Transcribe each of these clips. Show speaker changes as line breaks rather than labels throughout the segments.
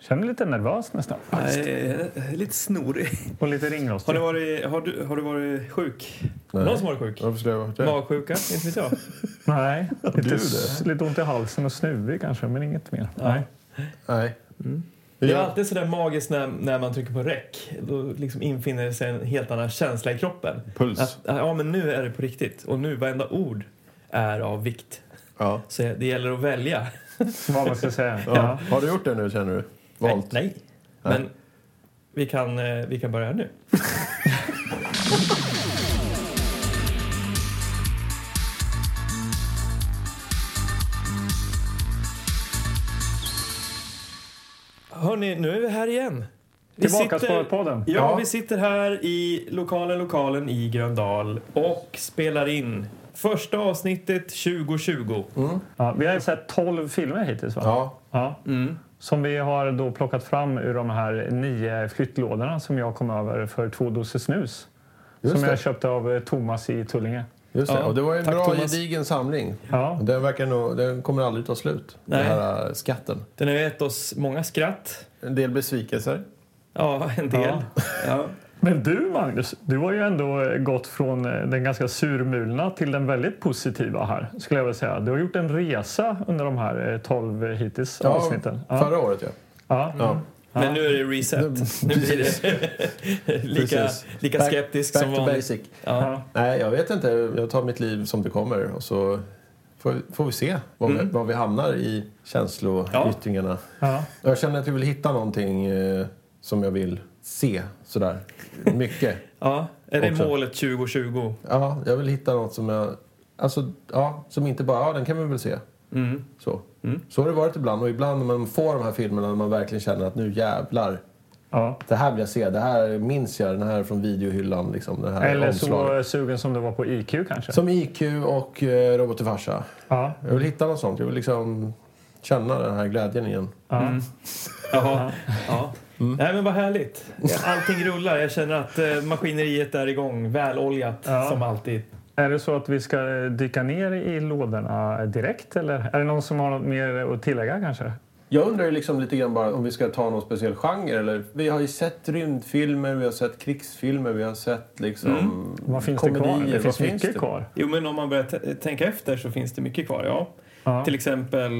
Känner lite nervös nästan.
Nej, lite snorig.
Och lite
Har
ringrostig.
du varit, har du, har du varit sjuk?
Nej.
Någon som varit sjuk?
Varför skulle jag vara det?
Magsjuka? Inte vet jag.
Nej, lite,
det.
s- lite ont i halsen och snuvig kanske, men inget mer. Nej.
Nej.
Mm. Det är
Ja.
alltid sådär magiskt när, när man trycker på räck. Då liksom infinner sig en helt annan känsla i kroppen.
Puls.
Att, ja, men nu är det på riktigt. Och nu, varenda ord är av vikt.
Ja.
Så det gäller att välja.
Vad man ska säga.
Ja.
Ja.
Har du gjort det nu känner du? Valt?
Nej.
Nej.
Men vi kan, eh, vi kan börja nu. Hörni, nu är vi här igen. Vi
Tillbaka Sparpodden.
Ja,
Ja.
vi sitter här i lokalen, lokalen i Gröndal och spelar in första avsnittet 2020.
Mm. Ja, vi har ju sett 12 filmer hittills va?
Ja. Mm.
Ja. Som vi har då plockat fram ur de här nio flyttlådorna som jag kom över för två doser snus.
Just
som
det.
jag köpte av eh, Thomas i Tullinge.
Just det.
Ja.
Och det var en
Tack,
bra
Thomas.
gedigen samling.
Ja.
Den, verkar nog, den kommer aldrig ta slut,
Nej.
den här äh, skatten.
Den har gett oss många skratt.
En del besvikelser.
Ja, en del.
Ja.
Ja.
Men du Magnus, du har ju ändå eh, gått från eh, den ganska surmulna till den väldigt positiva här. Skulle jag vilja säga. Du har gjort en resa under de här eh, 12 hittills avsnitten.
Förra året ja.
Ja.
ja.
Mm. Men nu är det reset. Nu blir det lika,
Precis.
lika
Back-
skeptisk
back
som
to
vanligt.
basic.
Ja.
Nej, jag vet inte. Jag tar mitt liv som det kommer och så får, vi- får vi se var,
Mm.
vi, var vi hamnar i känsloyttringarna.
Ja.
Jag känner att jag vill hitta någonting eh, som jag vill se sådär mycket.
Ja. Är det
Också.
målet 2020?
ja, jag vill hitta något som jag... Alltså, ja, som inte bara, ja den kan vi väl se.
Mm.
Så. så har det varit ibland. Och ibland när man får de här filmerna när man verkligen känner att nu jävlar.
Ja.
Det här vill jag se. Det här minns jag. Den här från videohyllan. Liksom, den här
Eller
omslaget.
så sugen som du var på IQ kanske.
Som IQ och eh, Robot till farsa.
Ja.
Jag vill hitta något sånt. Jag vill liksom känna den här glädjen igen.
Ja.
Jaha. Ja. Nej, men vad härligt. Allting rullar. Jag känner att eh, maskineriet är igång. Väloljat,
Ja.
som alltid.
Är det så att vi ska eh, dyka ner i lådorna eh, direkt eller är det någon som har något mer eh, att tillägga kanske?
Jag undrar ju liksom lite grann bara om vi ska ta någon speciell genre. Eller? Vi har ju sett rymdfilmer, vi har sett krigsfilmer, vi har sett liksom...
Mm. Vad finns det kvar?
komedier.
Det finns
Vad
mycket kvar.
Jo, men om man börjar t- tänka efter så finns det mycket kvar. Ja.
Ja.
Till exempel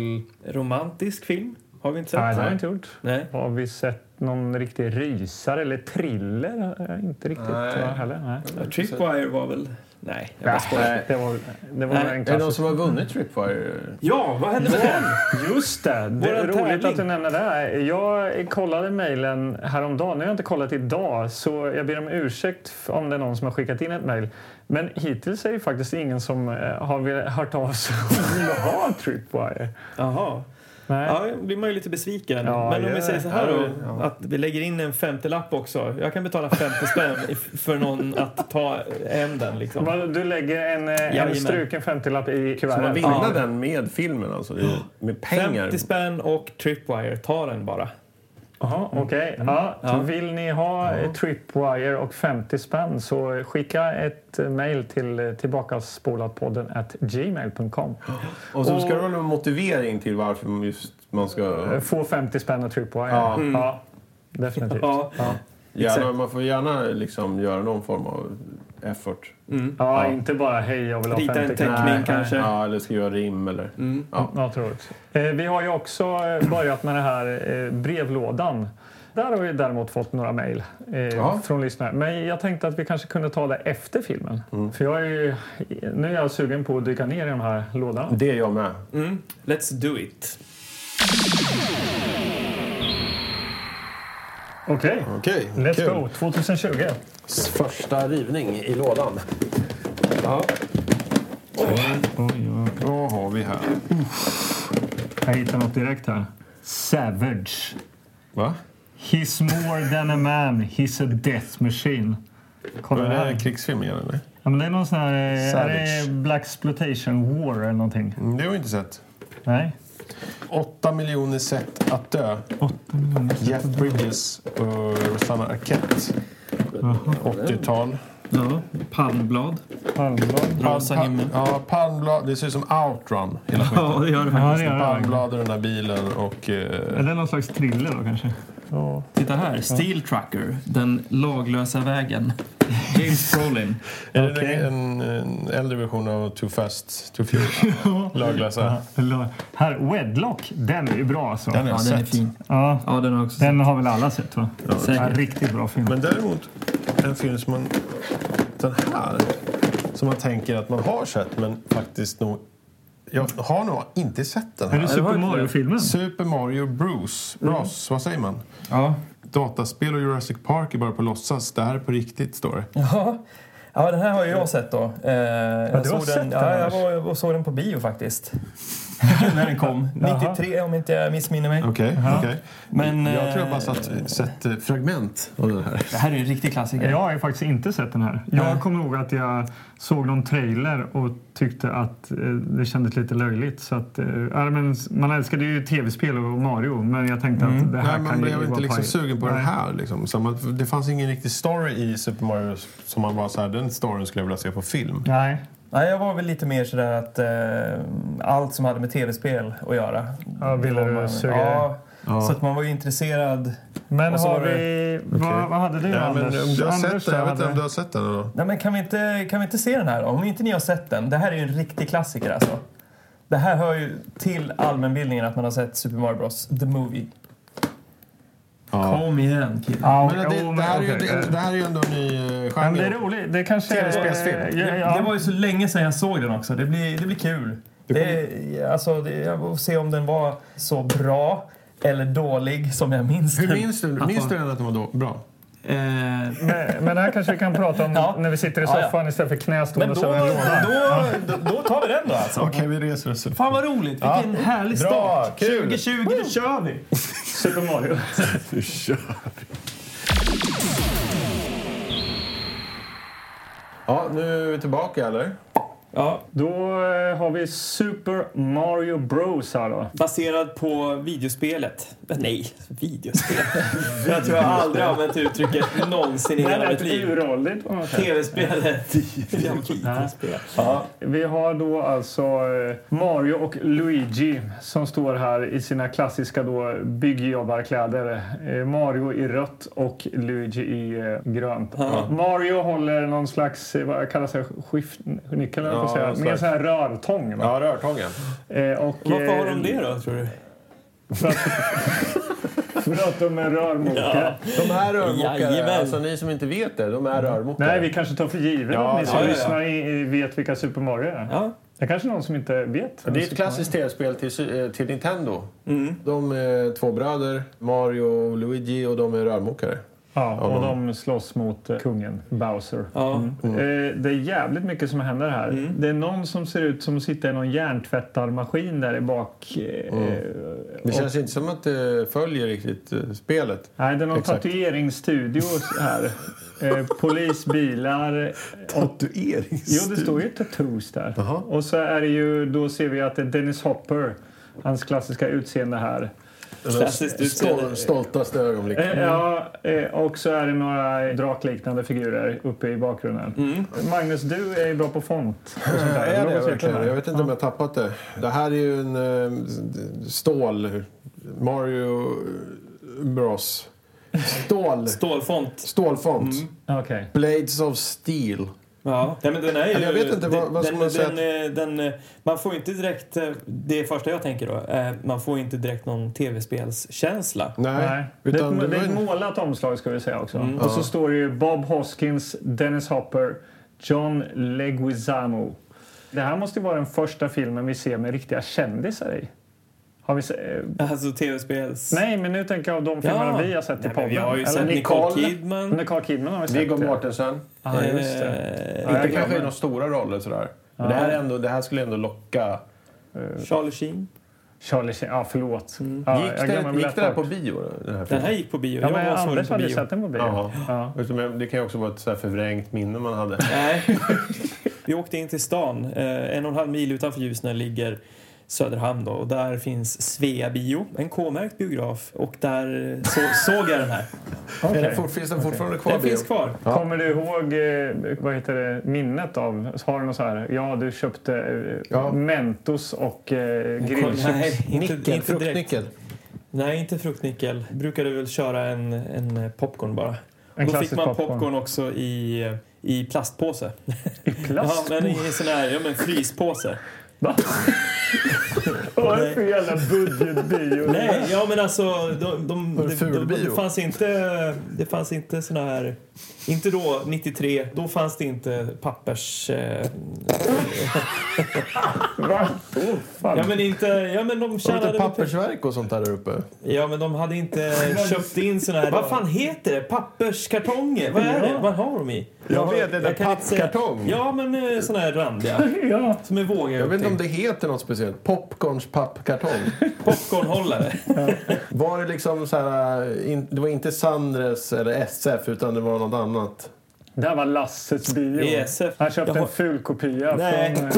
romantisk film. Har vi inte sett?
Nej, det har jag inte gjort.
Nej.
Har vi sett någon riktig rysare eller thriller? Eh, Inte riktigt
Nej.
va, heller. Nej.
Tripwire var väl... Nej, jag bara
Nej,
skojar.
det var, det var
Nej.
en
Är det någon
klassisk.
som har vunnit Tripwire?
Ja, vad hände med den?
Just det! Det är
Våran
roligt
tävling.
att du nämner det. Här. Jag kollade mejlen häromdagen. Nu har jag inte kollat idag, så jag ber om ursäkt om det är någon som har skickat in ett mejl. Men hittills är det faktiskt ingen som eh, har velat- hört av sig och vill ha Tripwire.
Jaha.
Nej.
Ja, då blir man ju lite besviken.
Ja,
Men om
ja,
vi säger så här
ja,
då, att vi lägger in en femtelapp också. Jag kan betala 50 spänn i- för någon att ta hem den liksom.
Vad- Du lägger en, eh, en
Jajamän.
struken 50-lapp i
Som har
kuvertet.
vinnat den med filmen alltså? Med pengar?
50 spänn och Tripwire, ta den bara.
Jaha, okej. Ja, Vill ni ha eh, Tripwire och 50 spänn så skicka ett eh, mejl till tillbakaspolatpodden at gmail.com.
Och så ska det vara en motivering till varför man just man ska...
Eh, Få 50 spänn och Tripwire.
Ja.
Ja, definitivt. Ja,
Ja,
Gärna, man får gärna liksom göra någon form av effort.
Mm.
inte bara hej jag vill ha 50
Rita
kronor.
en teckning
Nej,
kanske.
Ja, eller skriva rim eller... Ja.
Ja, otroligt. Eh, Vi har ju också eh, börjat med den här eh, brevlådan. Där har vi däremot fått några mejl eh,
Ja.
från lyssnare. Men jag tänkte att vi kanske kunde ta det efter filmen.
Mm.
För jag är ju, nu är jag sugen på att dyka ner i de här lådorna.
Det är jag med.
Mm. Let's do it.
Okej,
Okej,
let's go. 2020.
Första rivning i lådan.
Ja.
Vad har vi här?
Jag hittar något direkt här. Savage.
Va?
He's more than a man, he's a death machine. Kolla
Är
det
det
här.
här krigsfilm igen eller?
Ja, men det är någon sån här... eh, Är
Savage.
det Black Exploitation War eller någonting?
Mm, Det har vi inte sett.
Nej?
Åtta miljoner sätt att dö. Jeff Bridges och Rosanna Arquette. 80-tal.
Ja, palmblad.
Palmblad.
Rosa
Palm-
himmel.
Ja, palmblad. Det ser ut som outrun.
Ja,
Hela skiten.
det gör det
Ja,
faktiskt.
det gör det.
Palmblad och den här bilen och... Eh,
Eller någon slags thriller då kanske?
ja.
Titta här, Steel Trucker, den laglösa vägen. James Brolin.
Är det en, en äldre version av Too Fast, Too Furious? Laglösa.
Eller, här, Wedlock, den är ju bra alltså.
Den har
Ja,
jag
den är
sett.
fin.
Ja,
Ja, den har jag också sett.
den har väl alla sett va?
Säkert.
Ja, riktigt bra film.
Men däremot en film som man... Den här. Som man tänker att man har sett men faktiskt nog... Jag har nog inte sett den
Är det
här. Mm.
Super
var inte-
Mario-filmen?
Super Mario Bruce. Bros, vad säger man?
Ja.
Dataspel och Jurassic Park är bara på låtsas. Det här är på riktigt, står det.
Ja. ja, den här har ju jag sett då. Eh, jag
du har
såg
sett den,
ja, jag
Anders.
var och såg den på bio faktiskt. När den kom. 93 om inte jag missminner mig.
Okej, okej.
Men,
Jag tror jag
eh,
bara satt, sett eh, fragment av den här.
Det här är ju en riktig klassiker.
Jag har ju faktiskt inte sett den här. Jag kommer ihåg att jag såg någon trailer och tyckte att eh, det kändes lite löjligt. Så att, eh, ja, men man älskade ju tv-spel och Mario, men jag tänkte att det här
Mm. Nej, man
kan ju
blev
vara
inte liksom
paj.
sugen på
Nej.
den här. Liksom. Så man, det fanns ingen riktig story i Super Mario som man var så här, den storyn skulle jag vilja se på film.
Nej.
Nej, jag var väl lite mer sådär att eh, allt som hade med tv-spel att göra.
Ja, ville
var
du
man-
suga
ja,
Ja.
Så att man var ju intresserad.
Men
Och så
har
var det-
vi... Vad, vad hade du
Ja, men,
Anders?
om du har
Anders,
sett den, jag vet
hade-
inte om du har sett den. Eller?
Nej, men kan, vi inte, kan vi inte se den här då? Om inte ni har sett den. Det här är ju en riktig klassiker alltså. Det här hör ju till allmänbildningen att man har sett Super Mario Bros. The Movie.
Ja.
Kom igen, killar.
Ja,
Men det,
jo,
det, här är ju,
okej.
det, det här är ju ändå en ny eh,
Men det är
genre.
roligt. Det kanske är...
Tv-spelsfilm.
Ja, ja.
Det var ju så länge sedan jag såg den också. Det blir, det blir kul. Det, alltså, det, jag får se om den var så bra eller dålig som jag minns
Hur
den.
minns du, minns du den att den var då, bra?
Eh,
Men- Men det här kanske vi kan prata om
Ja.
när vi sitter i
Ja,
soffan
ja.
istället för
Men
knästående
då,
över en
då,
låda.
då, då tar vi den då alltså.
Okej, vi reser oss upp.
fan vad roligt, vilken härlig
Bra,
start.
kul.
2020, nu kör vi.
Super Mario.
Ja, nu är vi tillbaka, eller?
Ja,
Då eh, har vi Super Mario Bros här då.
baserad på videospelet. Men Nej, videospel. jag tror jag aldrig har använt uttrycket någonsin i
Det
hela
här
mitt
lät
liv.
uråldrigt på något sätt.
Tv-spelet. Jävla videospel.
Vi har då alltså eh, Mario och Luigi som står här i sina klassiska då byggjobbarkläder. Eh, Mario i rött och Luigi i eh, grönt. Mario håller någon slags, eh, vad kallas det, skiftnyckel höll jag på att
Ja,
säga.
någon
Med en
slags-
sån här rörtång. Va?
Ja, rörtången.
Eh, och,
Varför har de
eh,
det då, tror du?
För att de är rörmokare.
De är rörmokare.
Jajamän.
Alltså, ni som inte vet det, de är rörmokare.
Nej, vi kanske tar för givet
Ja,
att ni som
ja, ja, ja.
lyssnar i- i vet vilka Super Mario är.
Ja.
Det är kanske någon som inte vet.
Det är ett klassiskt tv-spel till, Sy- eh, till Nintendo.
Mm.
De är två bröder, Mario och Luigi, och de är rörmokare.
Ja, och de slåss mot eh, kungen, Bowser.
Ja.
Eh, Det är jävligt mycket som händer här.
Mm.
Det är någon som ser ut som att sitta i någon järntvättarmaskin där i bak. eh,
Mm. Det känns inte som att det följer riktigt eh, spelet.
Nej, det är någon
Exakt.
tatueringsstudio här. Eh, Polisbilar. Och, jo, det står ju tattoos där. Och så är det ju, då ser vi att det är Dennis Hopper, hans klassiska utseende här.
Klassiskt
Stol,
utseende.
stoltaste ögonblick.
Eh, Ja, eh, och så är det några drakliknande figurer uppe i bakgrunden.
Mm.
Magnus, du är ju bra på font. och sånt där.
Är
Bra på
det verkligen?
siffrorna.
Jag vet inte om jag har tappat det. Det här är ju en eh, stål... Mario Bros. Stål.
Stålfont.
Stålfont.
Okej.
Blades of Steel.
Ja. Nej, men den är ju,
Eller jag vet inte, vad- vad ska
den,
man säga
den, den, eh, Man får inte direkt... eh, Det första jag tänker då, eh, man får inte direkt någon tv-spelskänsla.
Nej.
Nej. Det, är
Utan
ett, det är
var Mm.
ett
en-
målat omslag ska vi säga också. Och så står det ju Bob Hoskins, Dennis Hopper, John Leguizamo. Det här måste ju vara den första filmen vi ser med riktiga kändisar i. Har vi se- eh,
Alltså tv-spels...
Nej, men nu tänker jag av de filmerna vi har sett i
Nej, men
podden.
Vi har ju
Eller
sett Nicole Kidman.
Nicole Kidman har vi sett.
Viggo
ja.
Mortensen.
Ja, just det.
Eh,
Ja,
Inte
jag
kanske i
glömmer.
de stora roller sådär. Men det, här är ändå, det här skulle ändå locka.
eh, Charlie Sheen.
Charlie Sheen, ja förlåt.
Mm.
Ja,
gick
jag glömmer
det, gick
lätt
det där
bort.
på bio? då, Den här
Den
filmen?
här gick på bio.
Ja,
jag
men
var och såg den
Anders
på
hade
bio.
ju sett den på bio.
Jaha.
Ja.
Just det, men Det kan ju också vara ett så här förvrängt minne man hade.
Nej. Vi åkte in till stan. Eh, en och en halv mil utanför Ljusne ligger
Söderhamn då, och där finns Svea bio, en K-märkt biograf och där eh, så, såg jag den här.
Okej.
Är den fort- finns den fortfarande kvar?
Den
bio?
finns kvar.
Kommer du ihåg eh, vad heter det, minnet av... Har du något så här, ja du köpte eh,
Ja.
Mentos och eh, grillchips.
Nej, inte,
Nickel,
inte direkt.
fruktnickel.
Nej, inte fruktnickel. Brukade väl köra en, en eh, popcorn bara.
En
Då fick
klassisk
man popcorn,
popcorn.
också i, eh, i plastpåse.
I plast?
Ja, men i en sån här, ja men fryspåse.
Va? Vad är det för jävla budgetbio?
Nej, ja men alltså de, de,
Var det
de, de,
fulbio?
det fanns inte det fanns inte såna här inte då 93, då fanns det inte pappers eh,
Va? Oh, fan.
ja men inte ja men de
Har de
tjänade
inte pappersverk och sånt där där uppe?
ja men de hade inte köpt in såna här vad fan heter det papperskartonger? Vad är det? Vad har de i?
Jag vet, det
Jag
där
kan inte säga.
pappkartong.
Ja men eh, såna här randiga
Ja.
som är vågiga
Jag vet
upp
inte om
till.
det heter något speciellt. Popcorns pappkartong.
Popcornhållare.
Var det liksom så här... In, det var inte Sandres eller SF utan det var något annat.
Det här var Lasses bio.
ESF.
Han köpte
Jag har-
en ful kopia
Nej.
från... eh,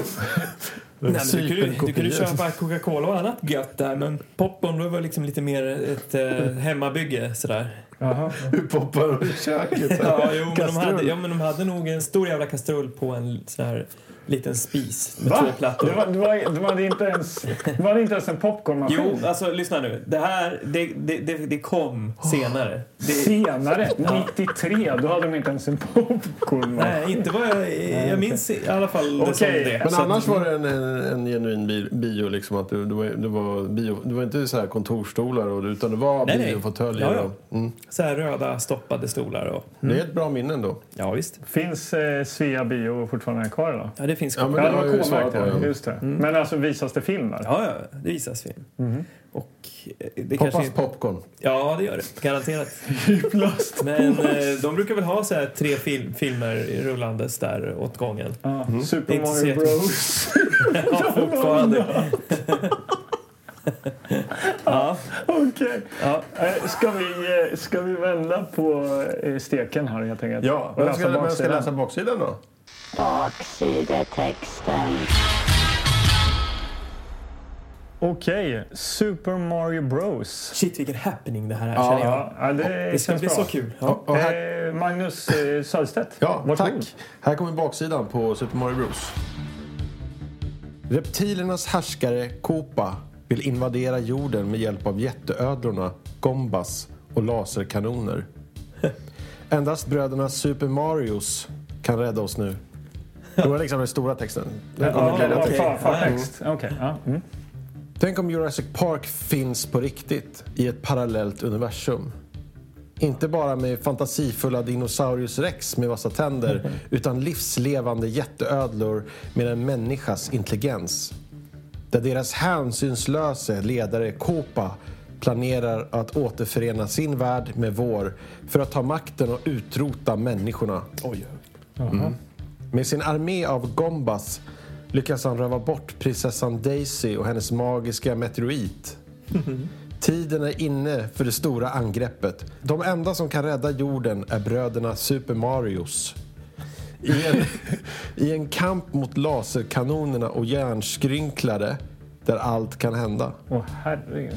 Nej, men du, kunde, ju- du kunde ju
Superkopia.
köpa Coca-Cola och annat gött där men popcorn det var liksom lite mer ett eh, hemmabygge sådär.
Jaha.
Du poppar upp i köket. så här.
Ja, jo, men de hade,
Kastrull.
ja men de hade nog en stor jävla kastrull på en sån här liten spis med
Va?
två plattor.
Det var, det var, det var inte ens, det var inte ens en popcornmaskin.
Jo, alltså lyssna nu. Det här, det, det, det, det kom senare. Det,
Senare, 93, då hade de inte ens en popcornmaskin.
nej, inte vad jag... Jag minns i alla fall det som
Okej,
det.
Men
Så att-
annars var det en, en, en genuin bi- bio. Liksom, att det, det, var, det, var bio det var inte så här kontorsstolar och, utan det var
Nej, nej.
biofåtöljer.
Ja, ja.
och- Mm.
Så här röda stoppade stolar och...
Det är ett bra minne ändå.
Ja, visst.
Finns eh, Svea bio fortfarande kvar då?
Ja, det finns
Ja,
kvar.
men
Ja,
det
det
har jag ju
var
svarat
K-märkt.
på.
ja.
ja.
Just det.
Mm.
Men alltså visas det film där?
Ja, ja, det visas film.
Mhm.
Och eh, det kanske...
Hoppas popcorn.
Ja, det gör det. Garanterat. Men eh, de brukar väl ha så här tre fil- filmer rullandes där åt gången.
Ja.
Mm.
Super
Inte så
Mario
jätte-
Bros.
Ja, fortfarande. ja,
Okej.
ja.
Eh, Ska, vi, eh, ska vi vända på eh, steken här helt enkelt?
Ja,
och
vem ska,
läsa
vem ska
baksidan?
läsa baksidan då?
Baksidetexten.
Okej, Super Mario Bros.
Shit, vilken happening det här är, känner jag.
Ja, ja, det,
Det ska
känns
bli
bra.
så kul. Ja.
Och här,
Eh, Magnus eh, Söderstedt,
Ja,
varsågod.
tack. Här kommer baksidan på Super Mario Bros. Reptilernas härskare Koopa vill invadera jorden med hjälp av jätteödlorna, gombas och laserkanoner. Endast bröderna Super Marios kan rädda oss nu. Det var liksom den stora texten. Den kommer
Ja,
glädja
ja,
till.
fa- Förtext. Okej. ja, mm.
Tänk om Jurassic Park finns på riktigt i ett parallellt universum. Inte bara med fantasifulla Dinosaurus rex med vassa tänder utan livslevande jätteödlor med en människas intelligens. Där deras hänsynslöse ledare Koopa planerar att återförena sin värld med vår för att ta makten och utrota människorna. Med sin armé av Gombas lyckas han röva bort prinsessan Daisy och hennes magiska meteorit. Tiden är inne för det stora angreppet. De enda som kan rädda jorden är bröderna Super Marios. I en, I en kamp mot laserkanonerna och järnskrynklare där allt kan hända.
Åh, herregud.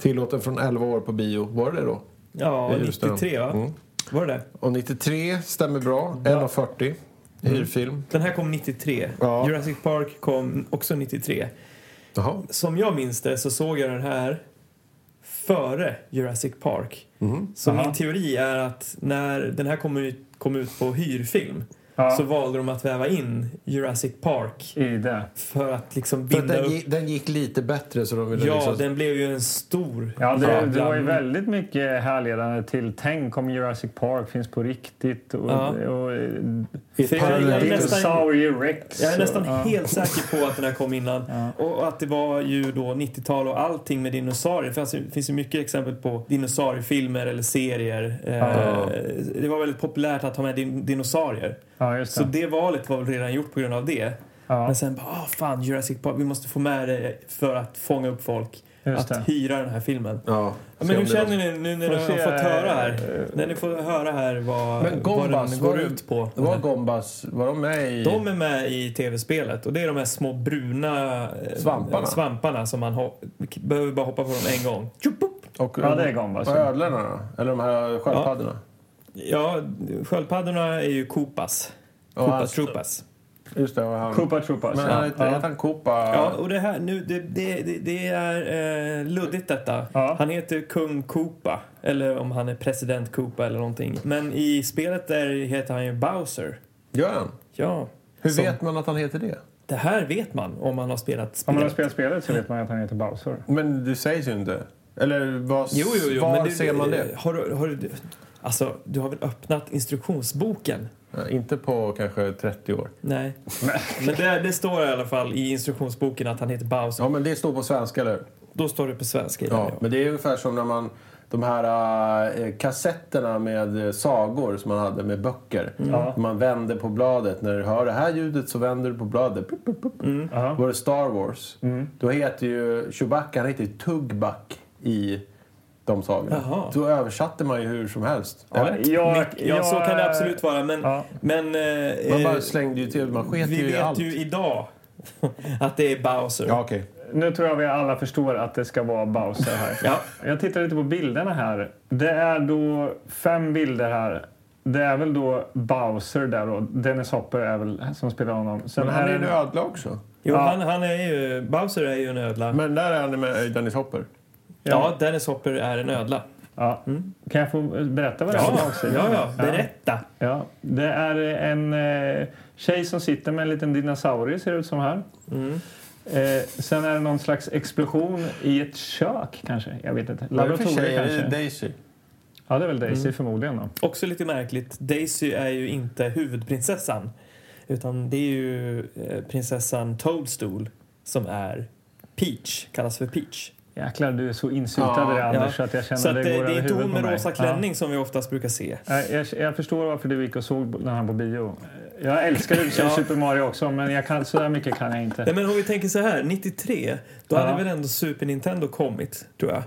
Tillåten från 11 år på bio. Var det det då?
Ja,
Just det. Mm.
93 va? Var det det?
Och 93 stämmer bra. 1,40. Hyrfilm.
Den här kom 93.
Ja.
Jurassic Park kom också 93.
Jaha.
Som jag minns det så såg jag den här före Jurassic Park.
Mhm.
Så min teori är att när den här kom ut, kom ut på hyrfilm
Ja.
så valde de att väva in Jurassic Park
I det.
för att liksom
För att
binda
den,
upp.
gick, den gick lite bättre så de ville
Ja,
liksom...
den blev ju en stor
Ja, det, det
jävla-
var ju väldigt mycket härledande till tänk om Jurassic Park finns på riktigt och,
Ja.
och, och
För jag, jag, är nästan,
Dinosaurier Rex.
jag är nästan
och, ja.
helt säker på att den här kom innan. Och att det var ju då 90-tal och allting med dinosaurier. alltså, Det fanns, ju- finns ju mycket exempel på dinosauriefilmer eller serier. Eh, Det var väldigt populärt att ha med din, dinosaurier.
Ja, just
Så
det.
det valet var väl redan gjort på grund av det.
Ja.
Men sen bara, ah, fan Jurassic Park, vi måste få med det för att fånga upp folk.
Just
att
det.
hyra den här filmen.
Ja,
Ja,
se
men
om
hur
det
känner ni nu när ni
Får se,
har fått höra
eh,
här? När ni får höra här vad,
Men
vad
Gombas,
den går
var det-
ut på.
Var, var Gombas, var de med i...
De är med i tv-spelet och det är de här små bruna eh,
Svamparna.
svamparna som man ho- behöver bara hoppa på dem en gång.
Och,
Ja, det är Gombas.
Och ödlorna då? Eller de här sköldpaddorna?
Ja, sköldpaddorna är ju kopas.
Ja. alltså-
Kopas, troopas.
Just det, och han...
Koopa Troopas.
Men han heter, heter han Koopa?
Ja, och det här nu, det, det, det- det är eh, luddigt detta.
Ja.
Han heter kung Koopa, eller om han är president Koopa eller någonting. Men i spelet där heter han ju Bowser.
Gör han?
Ja,
Hur
Så.
vet man att han heter det?
det här vet man om man har spelat spelet.
Om man har spelat spelet så vet man att han heter Bowser.
Men det sägs ju inte. Eller vad,
Jo, jo, jo.
var
men du-
ser man det?
Har, du- har, du- alltså, du har väl öppnat instruktionsboken?
Ja, inte på kanske 30 år.
Nej. men det, det står i alla fall i instruktionsboken att han heter Bowser.
Ja, men det står på svenska, eller
Då står det på svenska. i den,
Ja, men det är ungefär som när man... De här eh, kassetterna med eh, sagor som man hade med böcker.
Ja.
Mm.
Man vänder på bladet. När du hör det här ljudet så vänder du på bladet. Pup, pup, pup.
Mm.
Ja. Mm.
Var det Star Wars? Då heter ju Chewbacca, han heter ju Tugback i de sagorna.
Jaha.
Då översatte man ju hur som helst.
Ja,
Eller?
jag-
Mycket- ja, så
jag-
kan det absolut vara. Men,
Ja.
men eh,
Man
eh,
bara slängde ju till, man sket
vi
ju i
vet
allt.
ju idag att det är Bowser.
Ja, okej.
Nu tror jag vi alla förstår att det ska vara Bowser här.
Ja.
Jag tittar lite på bilderna här. Det är då fem bilder här. Det är väl då Bowser där då. Dennis Hopper är väl som spelar honom. Sen
Men
här
han är ju
en-
en ödla också.
Jo,
Ja.
Han, han är ju, Bowser är ju en ödla.
Men där är han med Dennis Hopper.
Ja, Dennis Hopper är en ödla.
ja.
Mm.
Kan jag få berätta vad det är på
Ja,
baksidan?
ja, ja. berätta.
Ja, det är en eh, tjej som sitter med en liten dinosaurie ser det ut som här.
Mm.
Eh, sen är det någon slags explosion i ett kök kanske. Jag vet inte.
Vad är det för
Laboratorium
tjej? Är det Mm.
kanske.
Daisy?
Ja, det är väl Daisy förmodligen då.
Också lite märkligt, Daisy är ju inte huvudprinsessan. Utan det är ju eh, prinsessan Toadstool som är Peach, kallas för Peach.
Jäklar, du är så insyltad i det
Ja,
Anders
ja.
att jag känner
Så att
det
det,
går över
det är inte
huvudet
hon med
på mig.
rosa klänning som vi oftast brukar se.
Ja. Eh, Jag, jag, jag förstår varför du gick och såg den här på bio. Jag älskar i och för sig
Ja.
Super Mario också, men jag kan, så där mycket kan jag inte.
Nej, men om vi tänker så här, 93, då
Ja.
hade väl ändå Super Nintendo kommit, tror jag.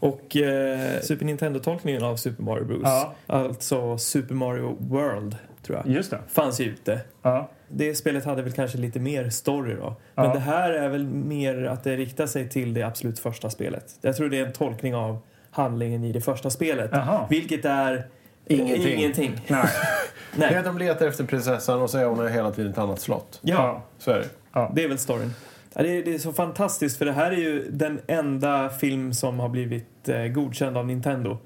Och eh, Super Nintendo-tolkningen av Super Mario Bros,
Ja.
alltså Super Mario World, tror jag,
Just det.
fanns ju ute.
Ja.
Det spelet hade väl kanske lite mer story då. Men
Ja.
det här är väl mer att det riktar sig till det absolut första spelet. Jag tror det är en tolkning av handlingen i det första spelet.
Jaha.
Vilket är
Ingenting.
ingenting.
Nej.
Det är att de letar efter prinsessan och så är hon hela tiden i ett annat slott.
Ja,
Ja.
Så är det.
det är väl storyn. Ja, det, är, det är så fantastiskt för det här är ju den enda film som har blivit eh, godkänd av Nintendo.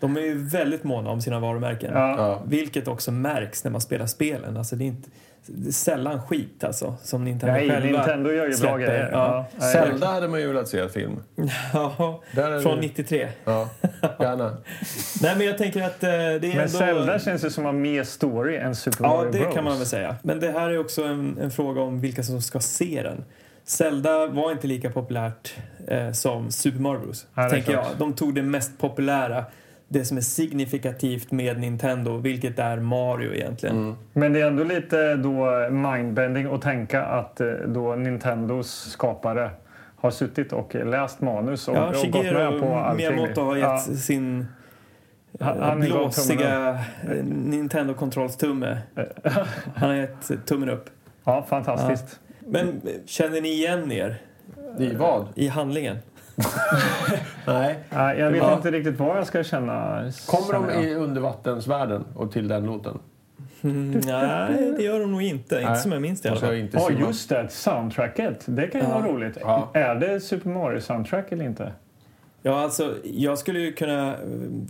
De är ju väldigt måna om sina varumärken.
Ja.
Ja.
Vilket också märks när man spelar spelen. Alltså det är inte det är sällan skit alltså som Nintendo
Nej,
själva
Nintendo gör ju bra
släpper.
grejer.
Ja.
nej.
Zelda hade man ju velat se i film.
Ja,
Där är
från
det-
93.
Ja, gärna.
Nej, men jag tänker att eh, det är ändå...
Men Zelda känns ju som att mer story än Super
Ja,
Mario
det
Bros.
kan man väl säga. Men det här är också en, en fråga om vilka som ska se den. Zelda var inte lika populärt eh, som Super Mario Bros.
Nej, det är
tänker jag.
klart.
De tog det mest populära, det som är signifikativt med Nintendo, vilket är Mario egentligen.
Men det är ändå lite då mindbending att tänka att eh, då Nintendos skapare har suttit och läst manus och,
Ja,
och gått med
Shigeru
på allting.
Miyamoto har gett
Ja.
sin eh,
Han- han gav
blåsiga eh, Nintendo-kontrollstumme. Han har gett tummen upp.
Ja, fantastiskt.
Men eh, känner ni igen er
I vad?
i handlingen?
Nej.
Ja, jag vet
Ja.
inte riktigt vad jag ska känna.
Kommer
känner jag.
de i undervattensvärlden och till den låten?
Mm, nej, det gör de nog inte. Inte
Nej.
som jag minns det i
De
alla
ska
fall.
inte
Ja,
simma.
just det. Soundtracket. Det kan ju
Ja.
vara roligt.
Ja.
Är det Super Mario-soundtrack eller inte?
Ja, alltså, jag skulle ju kunna eh,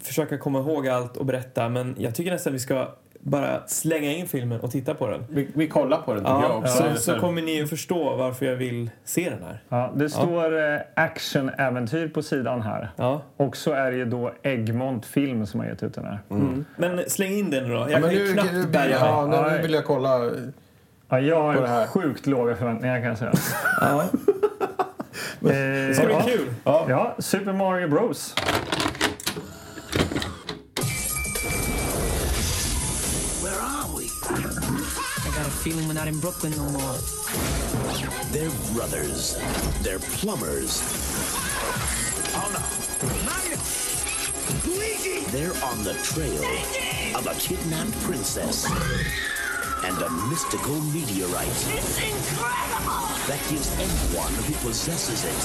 försöka komma ihåg allt och berätta men jag tycker nästan vi ska bara slänga in filmen och titta på den.
Vi, vi kollar på den tycker jag
Ja,
också.
så, så kommer ni att förstå varför jag vill se den här.
Ja, det står eh, actionäventyr på sidan här.
Ja.
Och så är det ju då Egmont Film som har gett ut den här.
Mm.
Men släng in den då. Jag
Ja,
kan
men
ju
nu,
knappt
nu,
bärga mig.
ja, nu,
Nej.
vill jag kolla.
Ja, jag har
På det här.
sjukt låga förväntningar kan jag säga.
Ja.
Eh,
Så det
ja.
är kul.
Ja, Super Mario Bros.
Where are we? I got a feeling we're not in Brooklyn no more.
They're brothers. They're plumbers.
They're on the trail of a kidnapped princess and a mystical meteorite
It's incredible!
that gives anyone who possesses it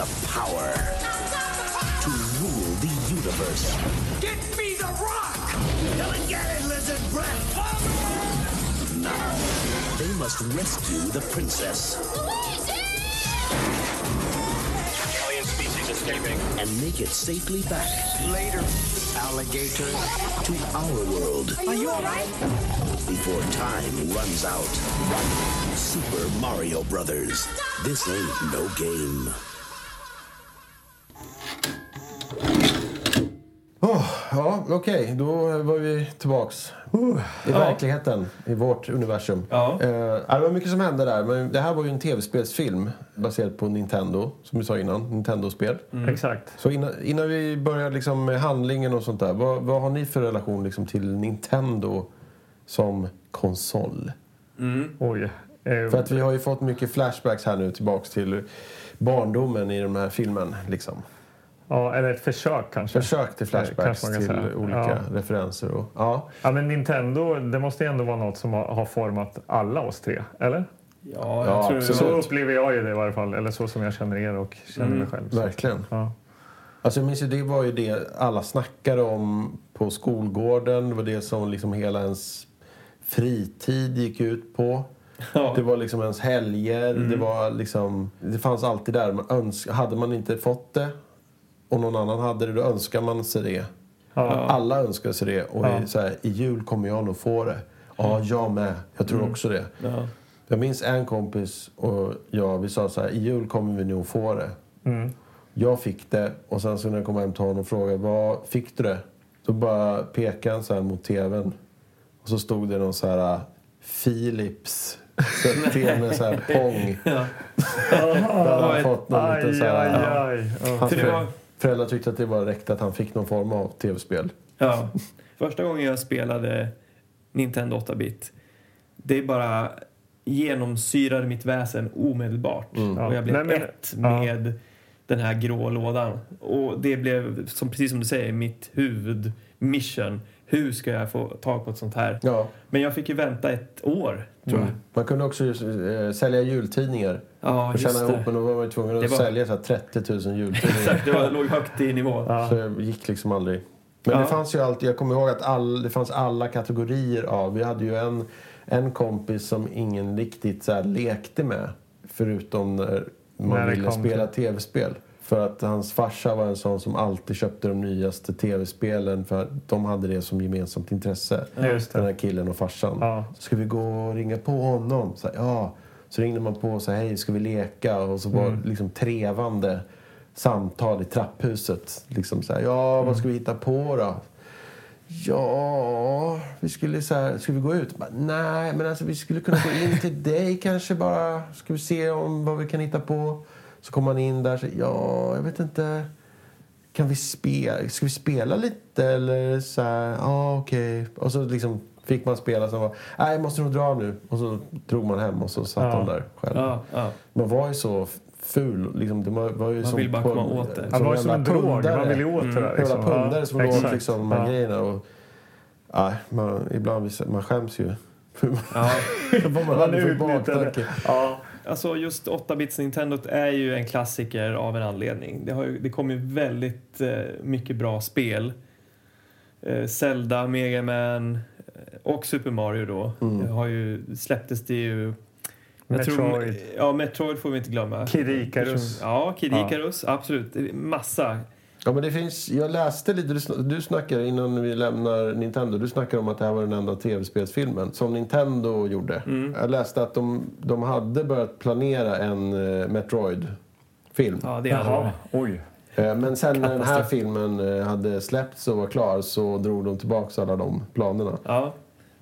the power to rule the universe.
Get me the rock!
Come and get it, lizard breath! Now, they must rescue the princess
Alien species escaping.
and make it safely back
Later.
alligator to our world
Are you alright?
before time runs out. Super Mario Brothers. This ain't no game.
Ja, okej. Då var vi tillbaks i verkligheten, i vårt universum.
Ja.
Eh, det var mycket som hände där. Men det här var ju en tv-spelsfilm baserad på Nintendo, som vi sa innan. Nintendo-spel.
Mm.
Exakt.
Så innan, innan vi börjar liksom med handlingen och sånt där. Vad, vad har ni för relation liksom till Nintendo som konsol?
Oj. Eh,
För att vi har ju fått mycket flashbacks här nu tillbaks till barndomen i den här filmen. Liksom.
Ja, eller ett försök kanske. Eh,
Försök till flashbacks
Kanske man kan
till
säga.
olika referenser. Och, ja.
Ja, men Nintendo, det måste ju ändå vara något som har, har format alla oss tre, eller?
Ja, jag
Ja,
tror
Så,
absolut.
så upplever jag ju det i varje fall, eller så som jag känner er och känner mig själv. Så,
Mm. Verkligen.
ja.
Alltså jag minns ju, det var ju det alla snackade om på skolgården. Det var det som liksom hela ens fritid gick ut på. Det var liksom ens helger. Det, var liksom, det fanns alltid där. Man önsk, hade man inte fått det och någon annan hade det, då önskar man sig det. Alla önskar sig det. Och i, så här, i jul kommer jag nog få det. Ja, jag med. Jag tror också det. Jag minns en kompis och jag, vi sa så här, i jul kommer vi nog få det.
Mm.
Jag fick det och sen så när jag kom hem till honom och frågade vad fick du det? Då bara pekade han så här mot tvn. Och så stod det någon så här äh, Philips så här, tv med så här pong. Där han fått någon liten
Aj,
så
aj,
här...
aj. Ja. Typ-
Hans
För det var-
föräldrar tyckte att det var räckte att han fick någon form av tv-spel.
Ja. Första gången jag spelade Nintendo 8-bit, det bara genomsyrade mitt väsen omedelbart. Och jag blev
Nej, men-
ett
ja.
med den här grå lådan. Och det blev, som, precis som du säger, mitt huvudmission. Hur ska jag få tag på ett sånt här?
Ja.
Men jag fick ju vänta ett år, tror jag.
Mm. Man kunde också just, eh, sälja jultidningar.
Ja,
och tjäna
just
ihop,
det.
men då var man ju tvungen att
Det var-
sälja så här 30 000 jultidningar.
Exakt, det var, låg högt i nivå.
Så det gick liksom aldrig. Men det fanns ju alltid, jag kommer ihåg att all, det fanns alla kategorier av. Vi hade ju en, en kompis som ingen riktigt så här lekte med. Förutom när man
När det
ville
kom
spela tv-spel. För att hans farsa var en sån som alltid köpte de nyaste tv-spelen. För att de hade det som gemensamt intresse.
Just det.
Den här killen och farsan.
Ja.
Ska vi gå och ringa på honom? Så, här, ja. så ringde man på och sa hej, ska vi leka? Och så var det liksom trevande samtal i trapphuset. Liksom så här, ja, vad ska vi hitta på då? Ja, vi skulle så här, ska vi gå ut? Bara, Nej, men alltså vi skulle kunna gå in till dig kanske bara. Ska vi se om vad vi kan hitta på? Så kom man in där så, ja, jag vet inte. Kan vi spela? Ska vi spela lite eller så här, ja okej. Och så liksom fick man spela så var, nej jag måste nog dra nu. Och så drog man hem och så satt
Ja.
de där själv.
Ja, ja.
Man var ju så ful. Liksom, det var, var ju som
vill bara
på-
komma åt det.
Han var ju
en
som en
jävla
drog,
pundare.
man ville ju åt det där.
Hela
liksom.
pundare som låg
exakt.
liksom med
ja.
grejerna. Och, nej, man, ibland visst- man skäms ju.
Ja.
Vad man
Han
hade för
utnyttjade
baktanke.
Ja,
Alltså just 8-bits Nintendo är ju en klassiker av en anledning. Det, har ju, det kom ju väldigt eh, mycket bra spel. Eh, Zelda, Mega Man eh, och Super Mario då. Det har ju, släpptes det ju... jag
Metroid.
ja, Metroid får vi inte glömma.
Kid Icarus.
Ja, Kid Icarus, absolut. Det är Massa.
Ja, men det finns, jag läste lite, du, sn- du snackar innan vi lämnar Nintendo, du snackar om att det här var den enda tv-spelsfilmen som Nintendo gjorde. Jag läste att de, de hade börjat planera en eh, Metroid-film.
Ja, det är
Jaha,
alla.
oj.
Eh, Men sen när den här filmen eh, hade släppts och var klar så drog de tillbaka alla de planerna.
Ja,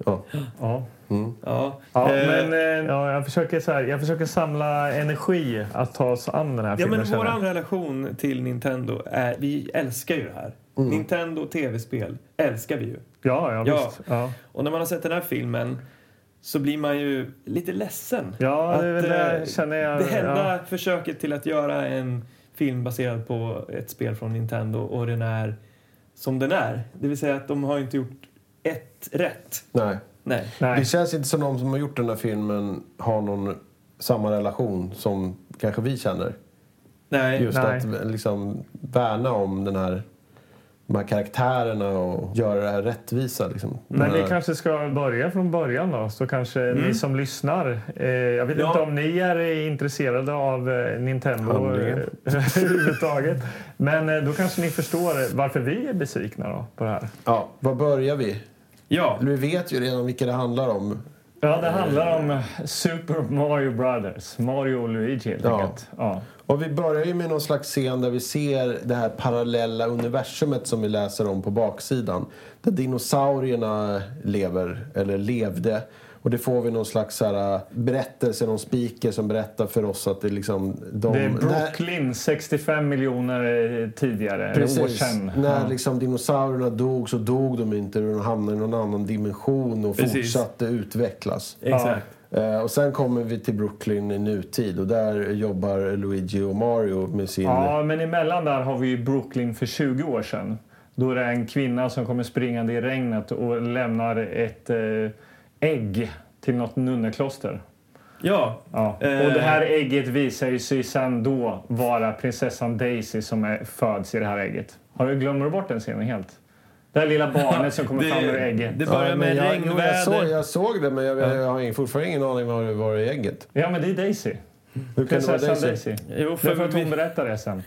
Ja.
Ja.
ja.
Ja,
Eh,
men eh, ja, jag, försöker så här, jag försöker samla energi att ta oss an den här
Ja,
filmen.
men
känner jag.
vår relation till Nintendo är... Vi älskar ju det här. Nintendo och tv-spel älskar vi ju.
ja, ja,
Ja.
visst. Ja.
Och när man har sett den här filmen så blir man ju lite ledsen.
Ja, det är väl det
eh,
jag känner jag-
Det enda försöket till att göra en film baserad på ett spel från Nintendo och den är som den är. Det vill säga att de har inte gjort ett rätt.
Nej.
Nej.
Nej.
Det känns inte som de som har gjort den här filmen har någon samma relation som kanske vi känner.
Nej.
Just
nej.
att liksom värna om den här, de här karaktärerna och göra det här rättvisa. Liksom.
Men
Den
vi
här-
kanske ska börja från början då, så kanske
Mm.
ni som lyssnar. Eh, jag vet
Ja.
inte om ni är intresserade av eh, Nintendo
Handlingen.
eh, överhuvudtaget. Men eh, då kanske ni förstår varför vi är besvikna då, på det här.
Ja, var börjar vi?
Ja.
Vi vet ju redan vilka det handlar om.
Ja, det handlar om Super Mario Brothers. Mario och Luigi helt
Ja.
enkelt. Ja.
Och vi börjar ju med någon slags scen där vi ser det här parallella universumet som vi läser om på baksidan. Där dinosaurierna lever, eller levde. Och det får vi någon slags så här, äh, berättelse, någon speaker som berättar för oss att det liksom... De,
Det är
när-
Brooklyn, 65 miljoner eh, tidigare, eller år
Precis.
sedan.
När
Ja.
liksom dinosaurierna dog så dog de inte. De hamnade i någon annan dimension och
Precis.
fortsatte utvecklas.
Exakt.
Eh, och sen kommer vi till Brooklyn i nutid och där jobbar Luigi och Mario med sin...
Ja, men emellan där har vi ju Brooklyn för 20 år sedan. Då är det en kvinna som kommer springande i regnet och lämnar ett eh, ägg till något nunnekloster.
Ja.
Ja.
Eh.
Och det här ägget visar ju sig sen då vara prinsessan Daisy som är, föds i det här ägget. Har du glömmer du bort den scenen helt? Det här lilla barnet som kommer fram ur ägget.
det
Ja,
börjar
men
med
jag, jo, jag, såg,
regnväder.
jag såg det men jag, jag, har ingen- fortfarande ingen aning vad det var i ägget.
Ja, men det är Daisy.
Hur kan det vara
Prinsessan Daisy.
Daisy?
Jo,
Det är för att
vi-
hon berättar det sen.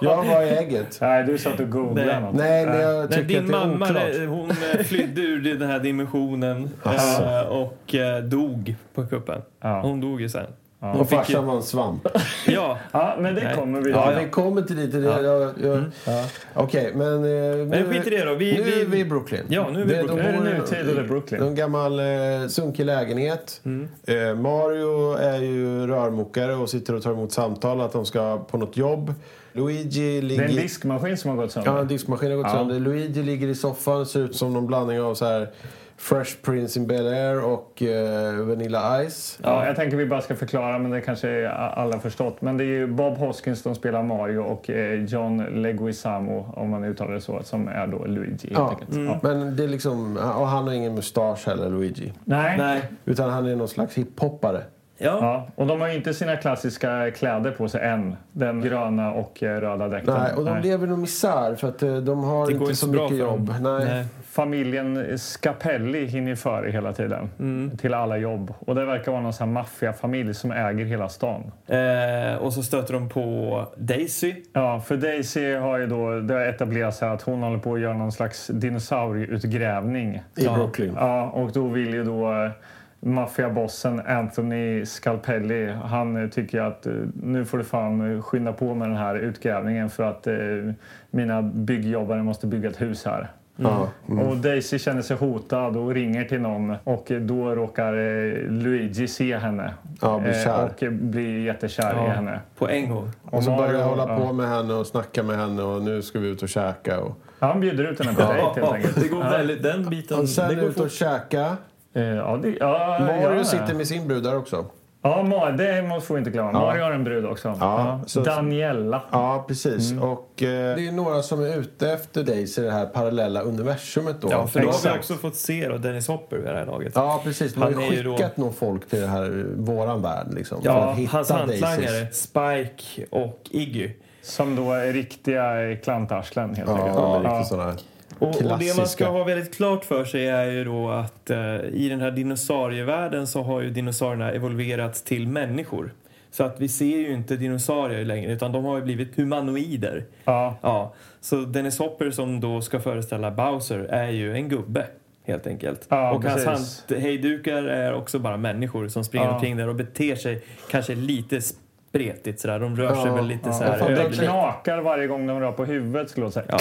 Jag var i ägget.
Nej, du satt och googlade
Nej.
något.
Nej, men jag
Nej,
tycker
din
att det är
mamma
oklart.
eh, hon eh, flydde ur den här dimensionen eh, och eh, dog på kuppen.
Ja.
Hon dog ju sen. Hon
Och
fick ju-
farsan var en svamp.
Ja,
Ja, men det
Nej.
kommer vi
Ja,
till.
vi kommer till dit. Det, jag, jag, ja. Okej, men... eh,
men
nu-
skit i det då. Vi,
nu
vi,
är vi i Brooklyn.
Ja, nu är vi i
Det- de
Brooklyn.
Nu är det
bor i-
nutid och det är Brooklyn.
Någon gammal eh, sunkig lägenhet. Eh, Mario är ju rörmokare och sitter och tar emot samtal att de ska på något jobb. Luigi
Det
ligger...
är en diskmaskin som har gått sönder.
Ja, en diskmaskin har gått
Ja.
sönder. Luigi ligger i soffan, ser ut som någon blandning av så här Fresh Prince in Bel-Air och eh, Vanilla Ice.
Ja, jag tänker vi bara ska förklara, men det kanske är alla förstått. Men det är ju Bob Hoskins som spelar Mario och eh, John Leguizamo, om man uttalar det så, som är då Luigi. helt
Ja.
enkelt. Ja.
Men det är liksom... Och han har ingen mustasch heller, Luigi.
Nej.
nej.
Utan han är någon slags hiphoppare.
Ja.
Ja, och de har ju inte sina klassiska kläder på sig än. Den gröna och eh, röda dräkten.
Nej, och de lever nog misär för att eh, de har
Det går
inte
inte
så
så bra
mycket
för dem.
jobb. Nej.
Nej.
Familjen Scapelli hinner före hela tiden till alla jobb. Och det verkar vara någon sån här maffiafamilj som äger hela stan.
Eh, och så stöter de på Daisy.
Ja, för Daisy har ju då det har etablerats här att hon håller på att göra någon slags dinosaurieutgrävning.
I Brooklyn.
Ja, och då vill ju då eh, maffiabossen Anthony Scalpelli, han eh, tycker ju att eh, nu får du fan eh, skynda på med den här utgrävningen för att eh, mina byggjobbare måste bygga ett hus här.
Ja. Mm.
Och Daisy känner sig hotad och ringer till någon och eh, då råkar eh, Luigi se henne.
Ja, blir
Eh,
kär.
Och eh, blir jättekär i henne.
På en gång.
Och så
Mario,
börjar jag hålla
ja.
på med henne och snacka med henne och nu ska vi ut och käka. Och...
Han bjuder ut henne på dejt helt
Ja,
enkelt.
det går väldigt, den biten.
Och sen
det går
ut och käka.
Eh, Ja, det, ja,
Mario
ja.
sitter med sin brud där också.
Ja, Ma- det må- får vi inte glömma. Mario har en brud också. Ja.
så-
Daniela.
Ja, precis.
Mm.
Och eh, det är några som är ute efter dig i det här parallella universumet då.
Ja, för då har vi
Exakt.
också fått se då Dennis Hopper vid det här laget.
Ja, precis. Man
Han
har
är ju
ju
då-
skickat någon folk till det här, eh, våran värld liksom. för
Ja,
att hitta
hans
Daisy.
hantlangare Spike och Iggy.
Som då är riktiga eh, klantarslen helt enkelt.
Ja, riktigt sådana här
Och, och det man ska
klassiska.
ha väldigt klart för sig är ju då att eh, i den här dinosaurievärlden så har ju dinosaurierna evolverats till människor. Så att vi ser ju inte dinosaurier längre utan de har ju blivit humanoider.
Ja.
Ja, så Dennis Hopper som då ska föreställa Bowser är ju en gubbe helt enkelt.
Ja,
och hans
precis.
hand- hejdukar är också bara människor som springer
Ja.
omkring där och beter sig kanske lite spretigt sådär. De rör sig
Ja,
väl lite
ja.
så
Jag fattar
här.
De
ögonblick.
knakar varje gång de rör på huvudet skulle jag säga.
Ja,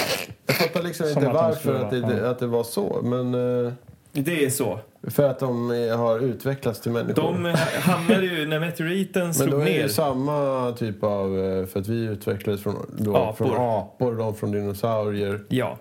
Jag fattar liksom
Som
inte
att de
varför
skulle
att det,
vara- ja.
att det var så. Men eh,
det är så.
för att de eh, har utvecklats till människor.
De eh, hamnade ju när meteoriten
Men
slog
då är det ju
ner.
samma typ av... eh, För att vi utvecklades från, då,
Apor.
från apor, de från dinosaurier.
Ja.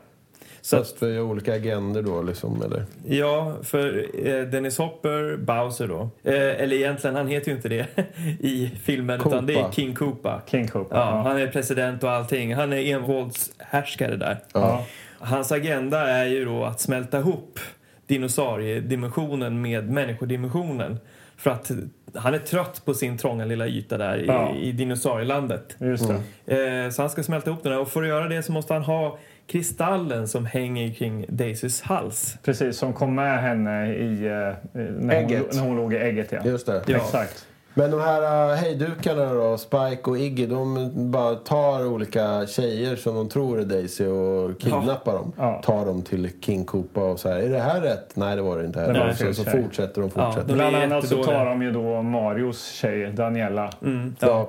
Så att,
Fast vi har olika agender då liksom, eller?
ja, för eh, Dennis Hopper, Bowser då. Eh, eller egentligen, han heter ju inte det i filmen utan det är
Koopa.
King Koopa.
King Cooper.
Ja, han är president och allting. Han är envåldshärskare där.
Ja.
Hans agenda är ju då att smälta ihop dinosauriedimensionen med människodimensionen. För att han är trött på sin trånga lilla yta där i,
Ja. Mm.
i dinosaurielandet.
Just
Mm.
det.
Eh, så han ska smälta ihop den här och för att göra det så måste han ha kristallen som hänger kring Daisys hals.
Precis, som kom med henne i, eh, när,
Ägget.
Hon, när hon låg i ägget. Ja.
Just det.
Ja.
Exakt.
Men de här äh, hejdukarna då, Spike och Iggy, de bara tar olika tjejer som de tror är Daisy och kidnappar dem.
Ja.
Tar dem till King Koopa och så här, är det här rätt? Nej, det var det inte.
Det var
och så,
fel
så
tjej.
fortsätter de,
Ja,
fortsätter.
de-
Ja,
Bland
är
annat så
jättedåliga.
tar de ju då Marios tjej, Daniela.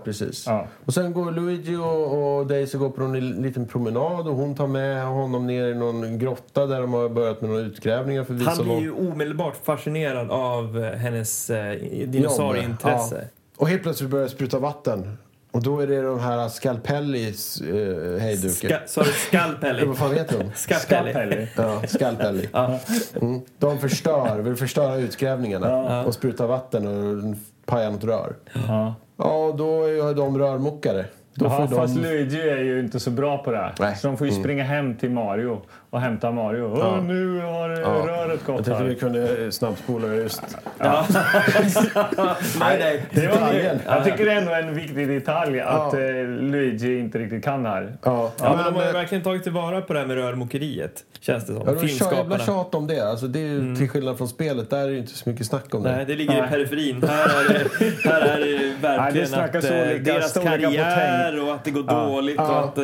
precis.
Ja.
Och sen går Luigi och, och Daisy går på en liten promenad och hon tar med honom ner i någon grotta där de har börjat med några utgrävningar för att visa
Han blir
vad-
ju omedelbart fascinerad av eh, hennes eh, dinosaurieintresse.
Och helt plötsligt börjar det spruta vatten. Och då är det de här skalpellis eh, hejdukar.
Ska, sa du
Eh,
skalpelli?
Vad fan heter de?
Skalpelli.
Pelli.
Ja, skalpelli. Mm. De förstör, vill förstöra utgrävningarna och spruta vatten och pajar något rör.
Ja.
Ja, och då är ju de rörmokare. Då
Ja,
får
fast
de...
Luigi är ju inte så bra på det här.
Nej. Mm.
Så de får ju springa hem till Mario och hämta Mario. Åh,
Ja.
Nu har röret
Jag
gått
tänkte
här.
vi kunde eh, snabbspola det just.
Nej, nej.
Det var,
Detaljen.
jag tycker det är ändå en viktig detalj att eh, Luigi inte riktigt kan det här.
Ja,
Ja, men de har ju
eh,
verkligen tagit tillvara på det här med rörmokeriet, känns det som.
Ja, det var ett jävla
Filmskaparna.
tjat om det. Alltså, det är ju till skillnad från spelet. Där är det ju inte så mycket snack om
Nej,
det.
det ligger
Nej.
i periferin. Här är det, här är det
Nej, det
verkligen att
snackas
eh,
olika
deras
storlekar på
karriär och att det går dåligt och
Ja.
att eh,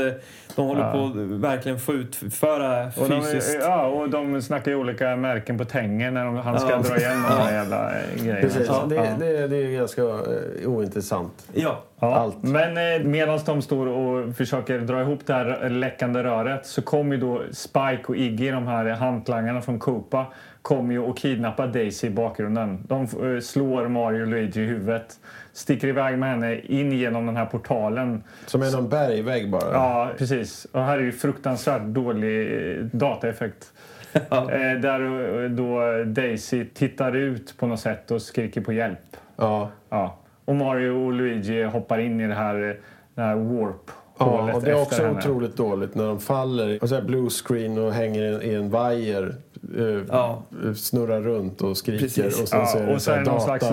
de håller på att verkligen få utföra
Och de, eh,
fysiskt.
ja, och de snackar ju olika märken på tänger när de, han ska
Ja.
dra igen de här jävla eh, grejerna.
Precis,
Ja.
det, det, det är ganska eh, ointressant.
Ja.
Ja,
Allt.
Men medan de står och försöker dra ihop det här rö- läckande röret så kommer ju då Spike och Iggy, de här hantlangarna från Koopa, kommer ju och kidnappar Daisy i bakgrunden. De eh, slår Mario och Luigi i huvudet, sticker iväg med henne in genom den här portalen.
Som är någon bergvägg bara.
Ja, precis. Och här är ju fruktansvärt dålig eh, dataeffekt. Eh, Där eh, då Daisy tittar ut på något sätt och skriker på hjälp.
Ja.
Ja. Och Mario och Luigi hoppar in i det här, eh, det här warp-hålet
Ja, och det
efter
är också
henne.
otroligt dåligt när de faller och så här blue screen och hänger i en, i en vajer. eh,
Ja.
Snurrar runt och skriker.
Precis.
Och sen så är
Ja,
det,
och
så
så är
här
det någon
data.
slags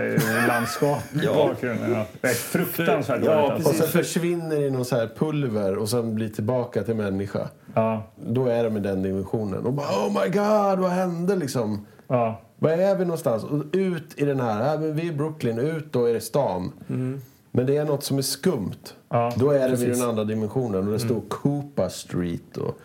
lavalandskap i bakgrunden. Ja. Det är fruktansvärt
Ja,
dåligt. alltså.
och sen försvinner i någon så här pulver och sen blir tillbaka till människa.
Ja,
Då är de i den dimensionen. Och bara oh my god, vad hände liksom?
ja.
Var är vi någonstans? Och ut i den här, här men vi är i Brooklyn, ut då är det stan. Men det är något som är skumt.
Ja, Mm.
då är det vid den andra dimensionen och det står Koopa Street och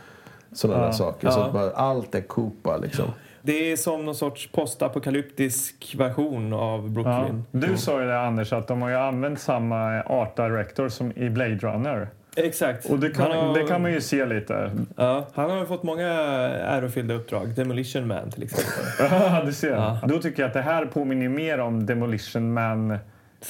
sådana där saker. Så
Ja.
att bara, allt är Koopa liksom.
Det är som någon sorts postapokalyptisk version av
Ja.
Brooklyn.
Du sa ju det Anders, att de har ju använt samma art director som i Blade Runner.
Exakt.
Och det kan,
han, har,
det kan man ju se lite.
ja, han har fått många ärofyllda uppdrag. Demolition Man till exempel.
Ja, du ser. Då tycker jag att det här påminner mer om Demolition
Så här,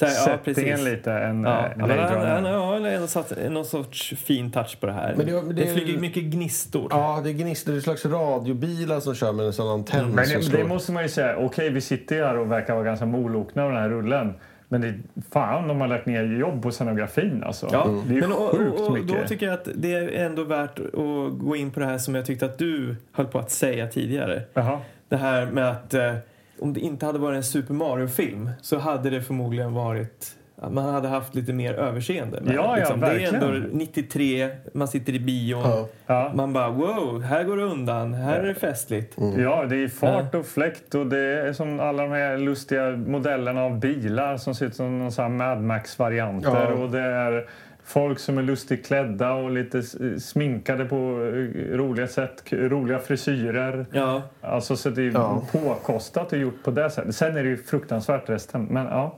ja,
Man-settingen
precis.
lite än
Ja,
ja,
ja, men
Blade
han,
Runner.
han har väl ändå satt någon sorts fin touch på det här.
Men det-
det,
men det-
flyger mycket gnistor.
Ja, det gnistrar. Det är slags radiobilar som kör med en sån antenn
Mm. Men
som
det,
slår.
det måste man ju säga, okej vi sitter ju här och verkar vara ganska molokna av den här rullen. Men det, fan de har lagt ner jobb på scenografin alltså.
Ja,
Det är ju
men och,
sjukt
och, och
mycket.
då tycker jag att det är ändå värt att gå in på det här som jag tyckte att du höll på att säga tidigare.
Jaha.
Det här med att eh, om det inte hade varit en Super Mario-film så hade det förmodligen varit att man hade haft lite mer överseende. med
Ja,
det, liksom.
ja,
det är ändå
verkligen.
93, man sitter i bion.
Ja.
Ja.
Man bara wow, här går det undan, här är det
Mm.
festligt.
ja, det är fart och fläkt och det är som alla de här lustiga modellerna av bilar som ser ut som någon sån här Mad Max-varianter.
Ja.
Och det är folk som är lustigt klädda och lite s- sminkade på eh, roliga sätt, k- roliga frisyrer.
Ja,
Alltså så det är
Ja.
påkostat och gjort på det sättet. Sen är det ju fruktansvärt resten, men ja.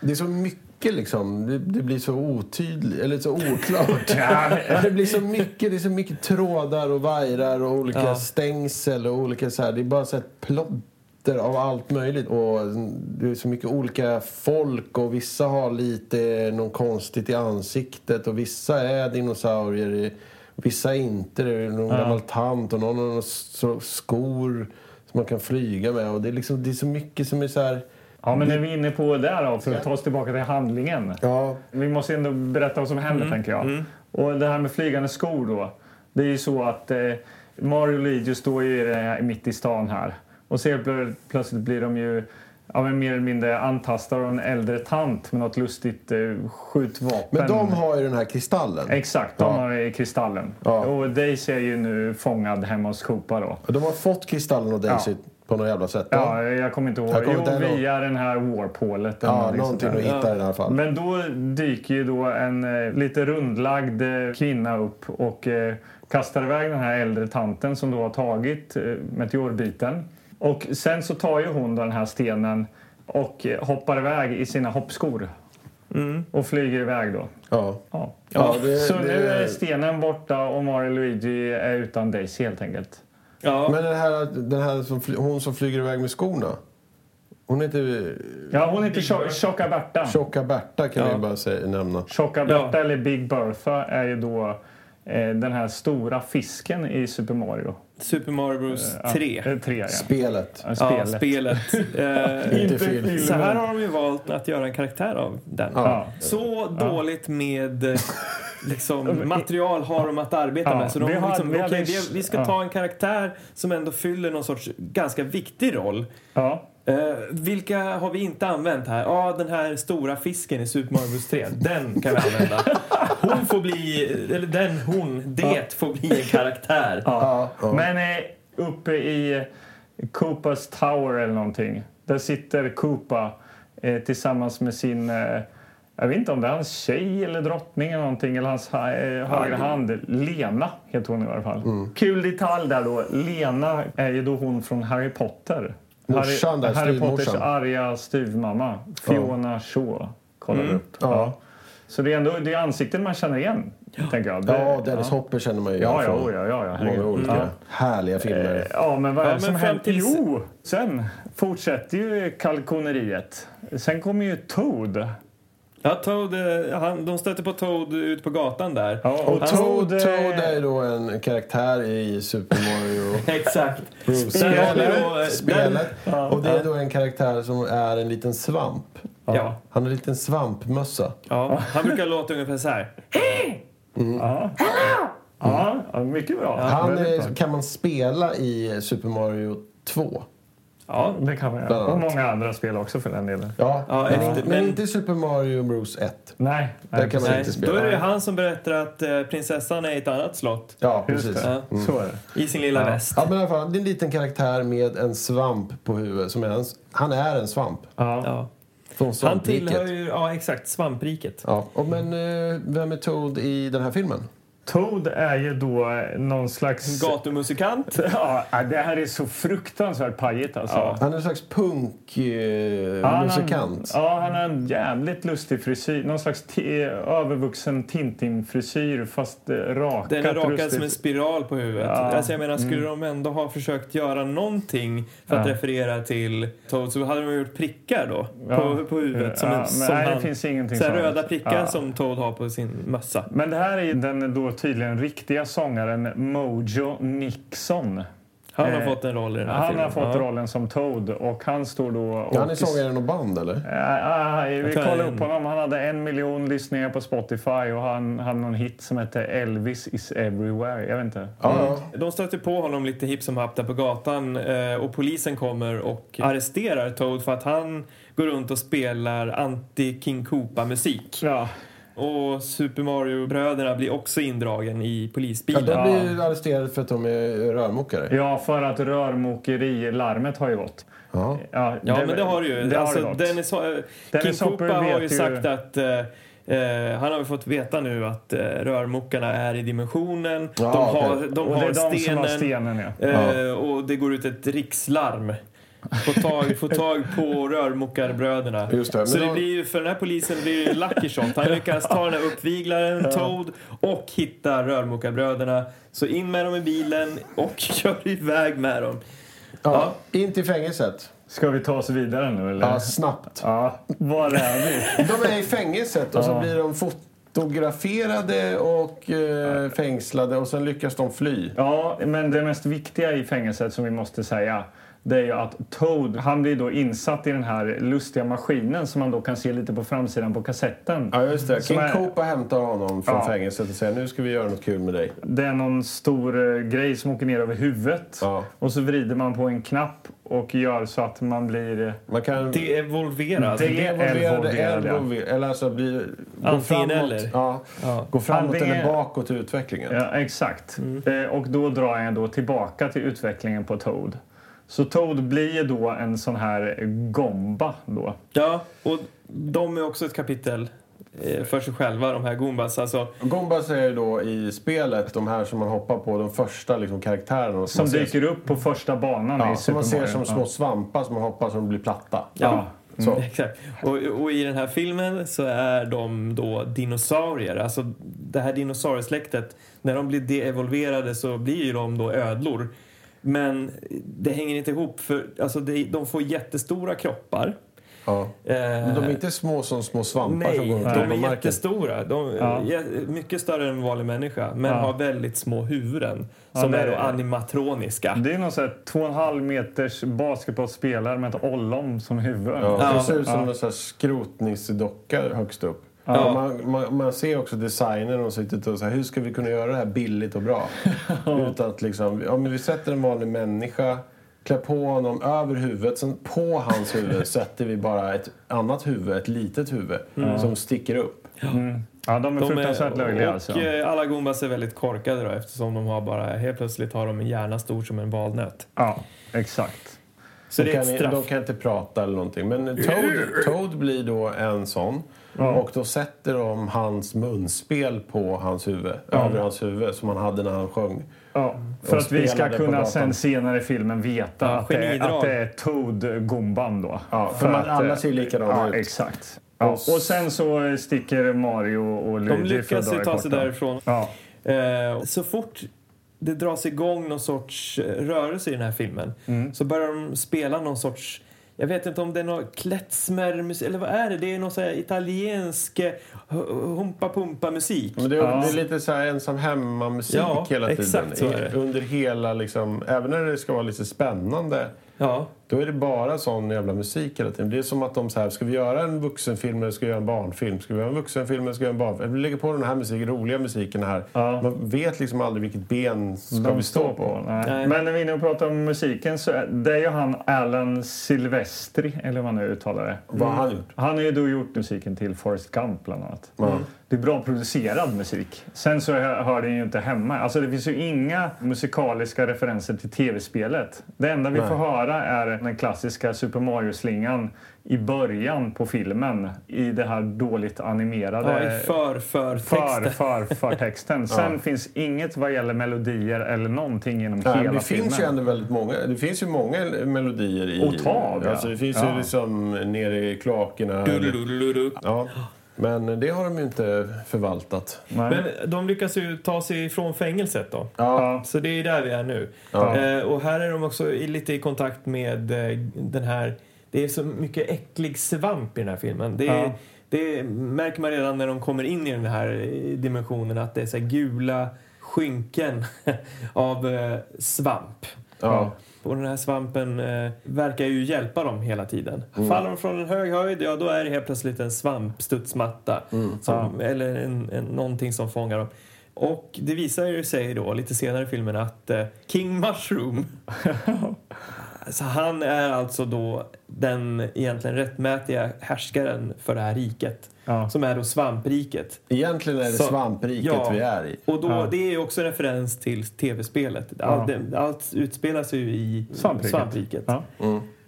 det är så mycket liksom. Det, det blir så otydligt, eller så oklart. det blir så mycket. Det är så mycket trådar och vajrar och olika
Ja.
stängsel och olika så här. Det är bara så här plotter av allt möjligt. Och det är så mycket olika folk och vissa har lite något konstigt i ansiktet och vissa är dinosaurier i Vissa är inte det. Det är någon gammal tant och någon har några s- skor som man kan flyga med. Och det, är liksom, det är så mycket som är så här...
Ja, men när vi är inne på det då, för att ta oss tillbaka till handlingen.
Mm. Ja,
Vi måste ändå berätta vad som händer, tänker jag. Och det här med flygande skor då. Det är ju så att eh, Mario och Luigi står ju i det här, mitt i stan här. Och så helt plö- plötsligt blir de ju ja, men mer eller mindre antastade av en äldre tant med något lustigt eh, skjutvapen.
men de har ju den här kristallen.
Exakt, de
Ja.
har i kristallen.
Ja.
Och Daisy är ju nu fångad hemma hos Koopa då.
Och De har fått kristallen och Daisy
Ja.
på något jävla sätt.
Ja, jag kommer inte ihåg.
Jag kommer
jo,
inte heller
via den här warpålet. eller
ja
någonting sånt
någonting
där.
att hitta i alla fall.
Men då dyker ju då en eh, lite rundlagd eh, kvinna upp och eh, kastar iväg den här äldre tanten som då har tagit eh, meteorbiten. Och sen så tar ju hon den här stenen och eh, hoppar iväg i sina hoppskor. Och flyger iväg då.
Ja.
Ja.
Mm. Ja, det-
så nu
det-
är stenen borta och Mario och Luigi är utan Daisy helt enkelt.
Ja.
Men den här, den här som, fly- hon som flyger iväg med skorna. Hon heter
Ja, hon heter Tjo- Tjocka Berta.
Tjocka Berta kan
Ja.
vi bara säga, nämna.
Tjocka Berta eller Big Bertha är ju då eh, den här stora fisken i Super Mario.
Super Mario Bros 3.
Eh, tre ja.
Spelet.
Ja,
Ja,
spelet.
spelet. Eh,
Inte film.
så här har de ju valt att göra en karaktär av den.
Ja.
Så dåligt med eh, liksom, material har de att arbeta
Ja,
med. Så de,
vi har-
liksom,
vi hade
okej,
en-
vi, vi ska
ja.
ta en karaktär som ändå fyller någon sorts ganska viktig roll.
Ja.
Eh, vilka har vi inte använt här? Ja, den här stora fisken i Super Mario Bros 3. Den kan vi använda. Hon får bli, eller den, hon, det får bli en karaktär.
Ja. Men eh, uppe i eh, Koopas Tower eller någonting, där sitter Koopa eh, tillsammans med sin eh, jag vet inte om det är hans tjej eller drottning eller någonting eller hans ha- eh, högra hand. Lena heter hon i alla fall.
Mm.
Kul detalj där då. Lena är ju då hon från Harry Potter.
Morsan där,
Harry Potters
styvmorsan.
arga styvmamma. Fiona Shaw kollar vi upp.
Mm. Ja.
Så det är ändå det är ansikten man känner igen. Tänker jag. Det-
Ja, Dennis Hopper känner man ju
Ja, ja,
igen från
oh, ja, ja, ja.
många
herregud. Eh,
olika härliga filmer.
Ja, men vad är
Ja,
det
men
som
fram
händer?
till-
Jo, sen fortsätter ju kalkoneriet. Sen kommer ju Toad.
Ja, Toad, eh, han, de stöter på Toad ute på gatan där.
Ja, och
Och Toad,
eh,
Toad är då en karaktär i Super Mario
Exakt.
Bros.
Där har vi då, eh, den-
Spelet. Spelet. Och det är då en karaktär som är en liten svamp.
Ja.
Han har en liten svampmössa.
Ja, han brukar låta ungefär så här.
Ja, ja, mycket bra.
Han
Väldigt
är, kan man spela i Super Mario 2.
Ja,
bra. Det kan man göra.
Bland
Och
annat.
många andra spel också för den delen.
Ja,
Ja,
men,
efter-
inte- men
men-
inte Super Mario Bros 1.
Nej,
Där kan man
nej.
inte spela.
Då är det ju han som berättar att eh, prinsessan är i ett annat slott.
Ja,
Just
precis. Mm.
det. Så är det.
I sin lilla väst.
Ja, men i alla fall, det är en liten karaktär med en svamp på huvudet. Som är en, han är en svamp.
Ja.
Ja.
Från
Han tillhör
svampriket.
ju, ja exakt, svampriket.
Ja, och men eh, vem är Toad i den här filmen?
Toad är ju då eh, någon slags...
Gatumusikant.
Ja, det här är så fruktansvärt pajigt alltså. Ja.
Han är en slags eh,
han-
punkmusikant.
Ja, han har en jävligt lustig frisyr. Någon slags t- övervuxen Tintin-frisyr fast eh, rakat.
Den är rakad
rustigt.
som en spiral på huvudet. Alltså jag menar, skulle de ändå ha försökt göra någonting för att
Mm. Ja.
referera till Toad så hade de gjort prickar då
Ja.
på, på huvudet. Som
Ja,
en,
men
som
nej, det
han-
finns ingenting
så här
sånt.
röda prickar
Ja.
som Toad har på sin mössa.
Men det här är ju den eh, då tydligen riktiga sångaren Mojo Nixon.
Han har
Eh,
fått en roll i den här
Han
filmen.
har fått
Ja.
rollen som Toad och han står då... Och
han är sångaren och band, eller?
Ja, ja, vi
tror
kollade
jag-
upp honom. Han hade en miljon lyssningar på Spotify och han hade någon hit som hette Elvis is everywhere. Jag vet inte.
Ja,
De stöter på honom lite hipp som happ där på gatan eh, och polisen kommer och arresterar Toad för att han går runt och spelar anti-King Koopa-musik.
Ja,
Och Super Mario-bröderna blir också indragen i
ja.
polisbilen.
De blir ju arresterade för att de är rörmokare.
ja för att rörmokeri-larmet har ju gått.
Ja.
Ja,
Ja, men det har du ju.
Det
alltså,
har det gått.
Dennis, eh, King
Dennis Hopper
Koopa har
vet
ju
ju-
sagt att eh, eh, han har ju fått veta nu att eh, rörmokarna är i dimensionen.
Ja,
de har,
okej.
de
Och det
har
är de som har
stenen.
stenen, ja.
Eh, och det går ut ett rikslarm. Få tag, få tag på rörmokarbröderna.
Just det, men
så det
då-
blir ju, för den här polisen blir det ju en lucky shot. Han lyckas ta den här uppviglaren, Toad, och hitta rörmokarbröderna. Så in med dem i bilen och kör iväg med dem.
Ja. In till fängelset.
Ska vi ta oss vidare nu, eller?
Ja, snabbt.
Ja, var är vi?
De är i fängelset och så blir de fotade fotograferade och eh, fängslade och sen lyckas de fly.
Ja, men det mest viktiga i fängelset som vi måste säga det är ju att Toad, han blir då insatt i den här lustiga maskinen som man då kan se lite på framsidan på kassetten.
Ja, just det.
Som
King
är-
Koopa hämtar honom från
Ja.
fängelset och säger nu ska vi göra något kul med dig.
Det är någon stor eh, grej som åker ner över huvudet
Ja.
och så vrider man på en knapp och gör så att man blir... eh,
Man kan...
Det evolverar.
Det-
Devolverade
Elvolverade, ja.
elvolver- Eller alltså bli, gå
Antingen
framåt,
eller.
Ja, Gå framåt
Antingen-
eller bakåt i utvecklingen.
Ja, exakt. Eh, Och då drar jag då tillbaka till utvecklingen på Toad. Så Toad blir ju då en sån här gomba då.
Ja, och de är också ett kapitel eh, för sig själva, de här Goombas. Alltså,
Gombas är ju då i spelet de här som man hoppar på, de första liksom karaktärerna.
Som
man ser-
dyker upp på första banan
ja,
i
som
Super
man ser
Mario.
som små
Ja.
svampar som man hoppar som blir platta.
ja.
Så.
Mm, Exakt. Och, och i den här filmen så är de då dinosaurier. Alltså det här dinosauriesläktet, när de blir de-evolverade så blir ju de då ödlor. Men det hänger inte ihop för alltså det, de får jättestora kroppar.
Ja.
Eh,
Men de är inte små som små svampar som
Nej,
går
de
omkring
är
på marken.
jättestora. De är
Ja.
jä- mycket större än en vanlig människa, men
Ja.
har väldigt små huvuden som
det
är då
är-
animatroniska.
Det är någon sån här två och en halv meters basketbollspelare med ett ollon som huvud.
Ja,
Ja.
det ser ut som en sån här skrotningsdocka högst upp.
Ja.
Man, man, man ser också designern och sitter och så här, hur ska vi kunna göra det här billigt och bra? Utan att liksom, ja men vi sätter en vanlig människa, klär på honom över huvudet, sen på hans huvud sätter vi bara ett annat huvud, ett litet huvud,
Mm.
som sticker upp.
Ja, de är
De är-
fruktansvärt löjliga
och
alltså.
eh, alla Goombas är väldigt korkade då, eftersom de har bara, helt plötsligt har de en hjärna stor som en valnöt.
Ja, exakt.
Så
De
det är ett
kan, de
straff.
kan inte prata eller någonting. Men Toad, Toad blir då en sån. Och då sätter de hans munspel på hans huvud, över hans huvud, som han hade när han sjöng.
Ja, för
Mm. Och
att vi ska
spelade på
kunna
gatan.
sen senare i filmen veta
Ja,
att, det är,
genidrag.
att det är Toad Gomban då. eh,
Ja, för man- alla ser ju likadana
ja,
ut.
Exakt. Ja, och sen så sticker Mario och Luigi
De
för att
lyckas
dra
ju
det
ta sig
korta.
därifrån.
Ja,
Eh, så fort det dras igång någon sorts eh, rörelse i den här filmen
Mm.
så börjar de spela någon sorts jag vet inte om det är någon klezmermusik eller vad är det? Det är någon sån här italiensk eh, humpa pumpa musik.
Men det, är, det är lite så här ensam hemma-musik
Ja,
hela tiden.
exakt så är det.
Under hela liksom, även när det ska vara lite spännande,
Ja,
då är det bara sån jävla musik hela tiden. Det är som att de så här, ska vi göra en vuxenfilm eller ska vi göra en barnfilm? Ska vi göra en vuxenfilm eller ska vi göra en barnfilm? Vi lägger på den här musiken, roliga musiken här. Man vet liksom aldrig vilket ben ska
de
vi stå på.
Nej.
Nej.
Men när vi är inne och pratar om musiken så är det är ju han Alan Silvestri, eller vad man nu uttalar det.
Vad har han gjort?
Han har ju då gjort musiken till Forrest Gump bland annat. Mm. Det är bra producerad musik. Sen så hör hör den ju inte hemma. Alltså det finns ju inga musikaliska referenser till tv-spelet. Det enda vi får höra är den klassiska Super Mario-slingan i början på filmen i det här dåligt
ja
animerade
i för, för, texten.
för, för, för texten. Sen finns inget vad gäller melodier eller någonting genom
Nej,
hela
men det
filmen.
finns ju ändå väldigt många. Det finns ju många melodier i...
Otal, ja.
alltså, Det finns
Ja.
ju liksom nere i kloakerna. Ja. Men det har de ju inte förvaltat.
Men de lyckas ju ta sig ifrån fängelset då.
Ja.
Så det är där vi är nu. Eh, och här är de också i, lite i kontakt med eh, den här... Det är så mycket äcklig svamp i den här filmen. Det, är,
Ja.
det märker man redan när de kommer in i den här eh, dimensionen att det är så här gula skynken av eh, svamp.
Ja.
Och den här svampen eh, verkar ju hjälpa dem hela tiden. Faller de från en hög höjd, ja då är det helt plötsligt en svampstudsmatta. Som, Eller en, en, någonting som fångar dem. Och det visar ju sig då lite senare i filmen att eh, King Mushroom så han är alltså då den egentligen rättmätiga härskaren för det här riket.
Ja.
Som är då svampriket.
Egentligen är det
Så-
svampriket
ja.
vi är i.
Och då, det är ju också en referens till tv-spelet. Allt, allt utspelas ju i
Svampriket.
svampriket.
Ja.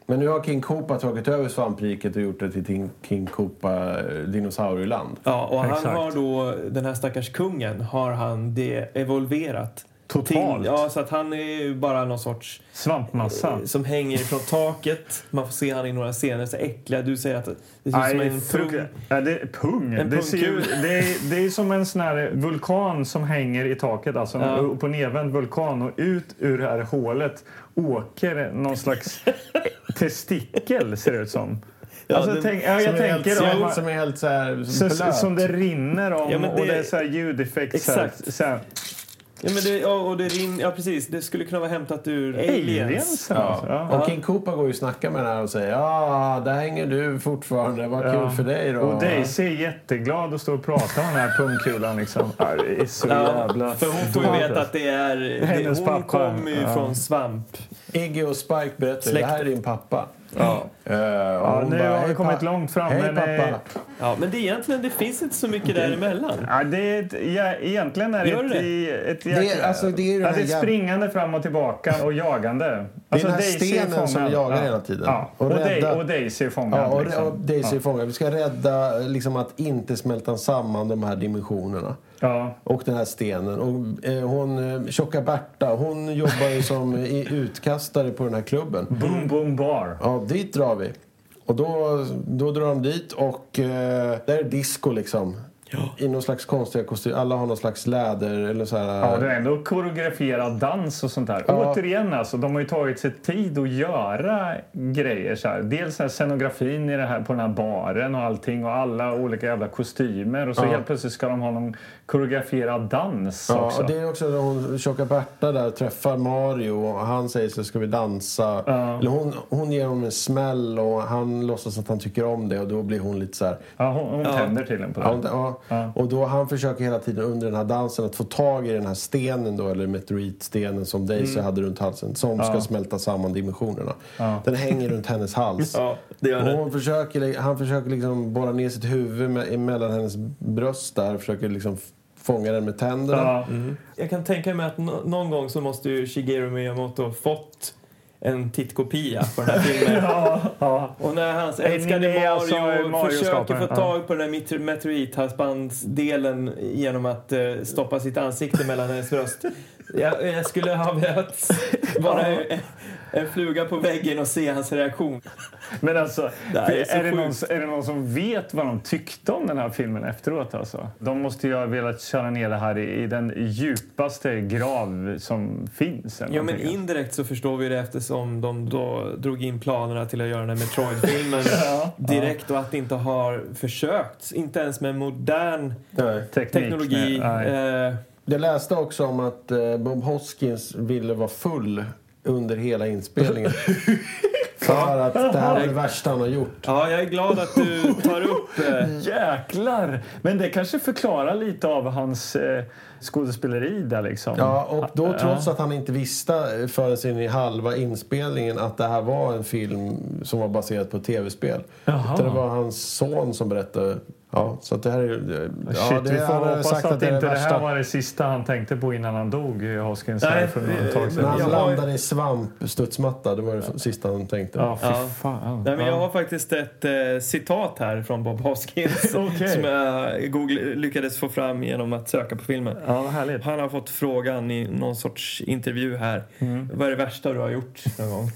Men nu har King Koopa tagit över svampriket och gjort det till King- King Koopa eh, dinosaurieland.
Ja, och han
Exakt.
har då, den här stackars kungen, har han det evolverat.
Totalt.
Till, ja, så att han är ju bara någon sorts
Svampmassa.
eh, som hänger från taket. Man får se han i några scener, så äckliga. Du säger att det ser ut som
Nej,
en pung.
fruk- ja, det är pung.
En
det, ser ju,
pungkula.
det, är, det är som en sån här vulkan som hänger i taket. Alltså en
Ja.
upp och nervänd vulkan. Och ut ur det här hålet åker någon slags testikel, ser det ut som. Alltså, tänk, ja, jag
som är helt,
tänker om man-
som är helt så här,
så,
blöt.
som det rinner om
Ja, men
och
det-
det är så här ljudeffekt.
Exakt.
Så här,
Ja, men det, ja, och det rin, ja, precis. Det skulle kunna vara hämtat ur
så här, aliens.
Ja.
alltså. Ja.
Och King Koopa går ju och snackar med den här och säger ja, där hänger du fortfarande. Vad kul
Ja.
för dig då.
Och Daisy är jätteglad och står och pratar om den här pungkulan. Liksom. Ja, det är så jävla...
För hon får ju veta att det är... Det,
Hennes
hon
pappa.
kommer ju
Ja.
från svamp.
Iggy och Spike berättar det
Släkten.
här är din pappa.
Ja.
Eh, och
Ja,
hon
nu
bara,
har vi
"Hej,
kommit
pa-
långt fram.
Hej
men, eh,
pappa.
Ja, men det är egentligen, det finns inte så mycket däremellan.
Ja, det är ett, ja, egentligen är det
Gör
ett,
det?
i- ett,
Det är- alltså, det är ju den
ja,
här
det är ett
jäv-
springande fram och tillbaka och jagande. Alltså,
den här
Daisy är
stenen som
fångad.
jagar hela tiden.
Ja.
Och
Och, Dai-
rädda-
och Daisy är fångad.
Ja, och,
liksom.
och Daisy är fångad. Vi ska rädda liksom, att inte smälta samman de här dimensionerna.
Ja.
Och den här stenen. Och eh, hon, eh, tjocka Berta, hon jobbar ju som eh, i- utkastare på den här klubben.
Boom Boom Bar.
Ja, dit drar vi. Och då, då drar de dit och eh, där är disco liksom. I någon slags konstiga kostym. Alla har någon slags läder eller så här.
Ja, det är ändå koreograferad dans och sånt där.
Ja.
Återigen, alltså, de har ju tagit sig tid att göra grejer. Så här. Dels den här scenografin i det här, på den här baren och allting och alla olika jävla kostymer. Och så helt plötsligt ska de ha någon koreograferad dans
Ja,
också.
och det är också när hon, tjocka Berta där träffar Mario och han säger så ska vi dansa. Eller hon, hon ger honom en smäll och han låtsas att han tycker om det och då blir hon lite så här.
Ja, hon hon tänder till en på det.
Ja, hon- ja. Och då han försöker hela tiden under den här dansen att få tag i den här stenen då, eller meteoritstenen som Daisy hade runt halsen, som ska smälta samman dimensionerna. Den hänger runt hennes hals.
det
Och hon försöker, han försöker liksom borra ner sitt huvud me- emellan hennes bröst där, försöker liksom f- fånga den med tänderna.
Ja.
Jag kan tänka mig att nå- någon gång så måste ju Shigeru Miyamoto fått en tittkopia på den här filmen.
Ja.
Och när hans
Nej,
älskade
nej, alltså,
Mario,
Mario
försöker
skapar,
få
ja.
tag på den där meteorithalsbandsdelen genom att eh, stoppa sitt ansikte mellan hennes bröst. Jag, jag skulle ha velat vara en, en fluga på väggen och se hans reaktion.
Men alltså,
Det här är så
är, det någon,
sjukt.
är det någon som vet vad de tyckte om den här filmen efteråt? Alltså? De måste ju ha velat köra ner det här i, i den djupaste grav som finns. eller
Ja, men
någonting.
indirekt så förstår vi det eftersom de då drog in planerna till att göra den här Metroid-filmen direkt och att det inte har försökt, inte ens med modern
Nej.
Teknik,
teknologi.
nej, nej.
eh,
Jag läste också om att eh, Bob Hoskins ville vara full under hela inspelningen. För att det här var det värsta han har gjort.
ja, jag är glad att du tar upp eh,
Jäklar! Men det kanske förklarar lite av hans eh, skådespeleri där liksom.
Ja, och då trots att han inte visste förrän sin i halva inspelningen att det här var en film som var baserad på ett tv-spel.
Jaha.
Utan det var hans son som berättade. Ja, så att det här är ju-
Shit,
ja, det,
vi får
han har
hoppas
sagt
att,
det är
inte det,
värsta.
här var det sista han tänkte på innan han dog, eh, Hoskins.
Nej,
här för något tag
När
sedan.
han
Jag har-
landade i svampstudsmatta, det var det sista han tänkte.
Ja, fy
Ja.
fan.
Nej, men jag
Ja.
har faktiskt ett eh, citat här från Bob Hoskins
Okej.
som jag Google, lyckades få fram genom att söka på filmen.
Ja, vad härligt.
Han har fått frågan i någon sorts intervju här. Vad är det värsta du har gjort någon gång?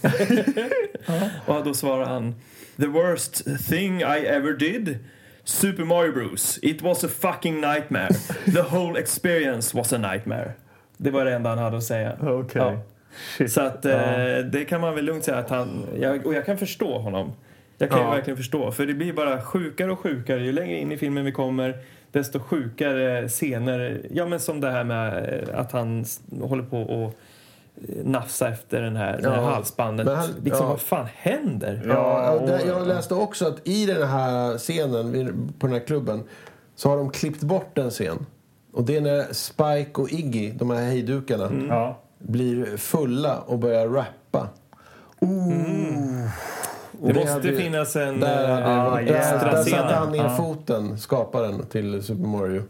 Och då svarar han. The worst thing I ever did Super Mario Bros. It was a fucking nightmare. The whole experience was a nightmare. Det var det enda han hade att säga.
Okej.
Ja.
Shit.
Så att eh, det kan man väl lugnt säga att han, jag, och jag kan förstå honom. Jag kan ju verkligen förstå, för det blir bara sjukare och sjukare. Ju längre in i filmen vi kommer, desto sjukare scener. Ja, men som det här med eh, att han s- håller på och eh, nafsa efter den här, det här
Ja.
halsbandet.
Men han-
liksom,
ja.
vad fan händer?
Ja, och där, jag läste också att i den här scenen vid- på den här klubben så har de klippt bort en scen. Och det är när Spike och Iggy, de här hejdukarna,
Ja.
blir fulla och börjar rappa. Ooh. Mm. Och
Det, måste
hade-
finnas en...
Där, hade,
eh,
ah,
där,
extra
där
scener.
satte han ner
Ja.
foten, skaparen, till Super Mario.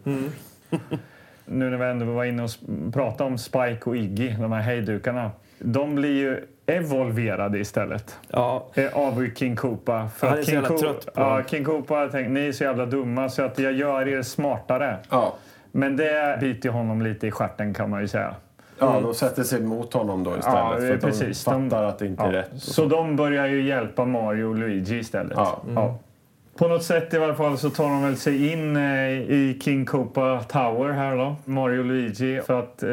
nu när vi ändå var inne och sp- pratade om Spike och Iggy, de här hejdukarna. De blir ju evolverade istället
ja,
eh, av King Koopa. För
Han är så
King
jävla
Ko-
trött på
ja,
dem.
King Koopa har tänkt ni är så jävla dumma så att jag gör er smartare.
Ja.
Men det biter ju honom lite i stjärten kan man ju säga.
Ja, de sätter sig mot honom då istället.
Ja, eh, precis. ja. Så de börjar ju hjälpa Mario och Luigi istället.
Ja.
Ja. På något sätt i alla fall så tar de väl sig in eh, i King Koopa Tower här då, Mario
Mm.
och Luigi, för att eh,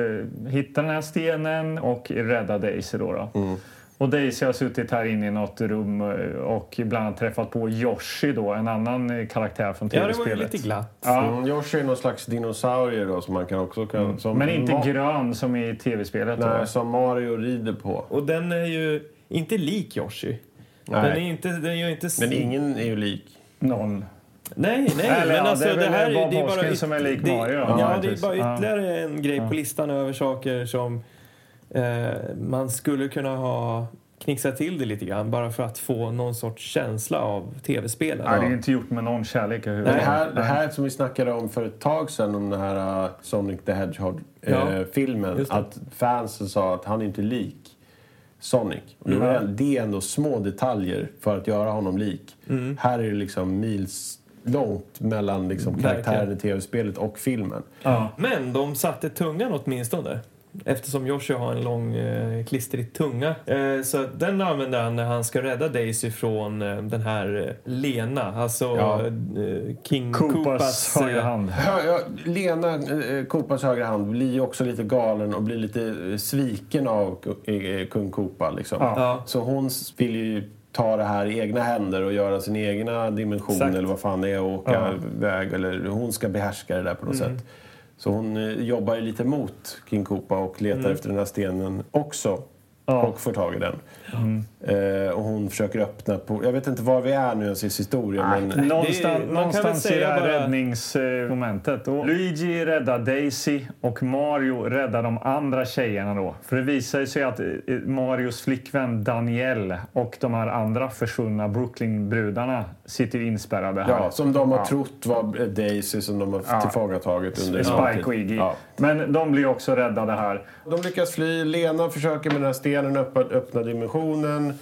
hitta den här stenen och rädda Daisy då. då. Och Daisy har suttit här inne i något rum eh, och bland annat träffat på Yoshi då, en annan eh, karaktär från
Ja, det var ju
tv-spelet.
lite glatt.
Ja.
Mm, Yoshi är någon slags dinosaurie då som man kan också kan... Som
Men inte
Ma-
grön som i tv-spelet. då.
Nej, som Mario rider på.
Och den är ju inte lik Yoshi. Den är
Nej.
inte... Den gör inte...
Men ingen är ju lik.
Noll.
Nej, nej.
Eller,
men
ja,
alltså,
det
det,
är väl
här
Bob
det är bara
Hoskins
yt-
som är lik
det,
Mario.
Ja,
Ja,
det är
precis.
bara
Ja.
ytterligare en grej på listan över saker som eh, man skulle kunna ha knixat till det lite grann bara för att få någon sorts känsla av tv-spelen.
Nej, det är inte gjort med någon kärlek
Det
överhuvudtaget.
här, det här som vi snackade om för ett tag sedan, om den här uh, Sonic the
Ja,
Hedgehog-filmen.
just det.
att fansen sa att han är inte lik Sonic. Och det,
Mm.
var, det är ändå små detaljer för att göra honom lik.
Mm.
Här är det liksom mils långt mellan liksom
Verkligen.
karaktären i tv-spelet och filmen.
Men de satte tungan åtminstone. Eftersom Yoshi har en lång eh, klistrig tunga. Eh, så att den använder han när han ska rädda Daisy från eh, den här eh, Lena. Alltså
Ja.
eh, King
Koopas
eh,
högra hand.
Ja, ja, Lena, eh, Koopas högra hand, blir ju också lite galen och blir lite eh, sviken av eh, eh, kung Koopa. Liksom.
Ja.
Så hon s- vill ju ta det här i egna händer och göra sin egna dimension
Exakt.
eller vad fan det är och åka iväg. Eller hon ska behärska det där på
Mm.
något sätt. Så hon eh, jobbar ju lite mot King Koopa och letar
Mm.
efter den här stenen också. Och får tag i den.
Mm.
Eh, och hon försöker öppna på... Jag vet inte var vi är nu ens i historien. men...
Någonstans,
man kan väl
någonstans i det
säga
här
bara-
räddningsmomentet. Och Luigi räddar Daisy och Mario räddar de andra tjejerna. Då. För det visar ju sig att eh, Marios flickvän Danielle och de här andra försvunna Brooklyn-brudarna sitter ju inspärrade här.
Ja, som de har trott var eh, Daisy som de har tillfångatagit under
Spike och Iggy.
Ja.
Men de blir också räddade här.
De lyckas fly. Lena försöker med den här stenen öppna, öppna dimensionen.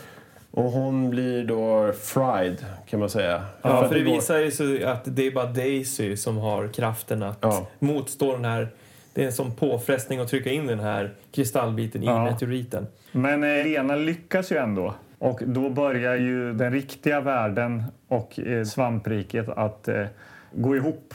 Och hon blir då fried, kan man säga.
Ja, för
att
det
går-
visar ju sig att det är bara Daisy som har kraften att
Ja.
motstå den här... Det är en sån påfrestning att trycka in den här kristallbiten
Ja.
i meteoriten.
Men eh, Lena lyckas ju ändå. Och då börjar ju den riktiga världen och eh, svampriket att eh, gå ihop.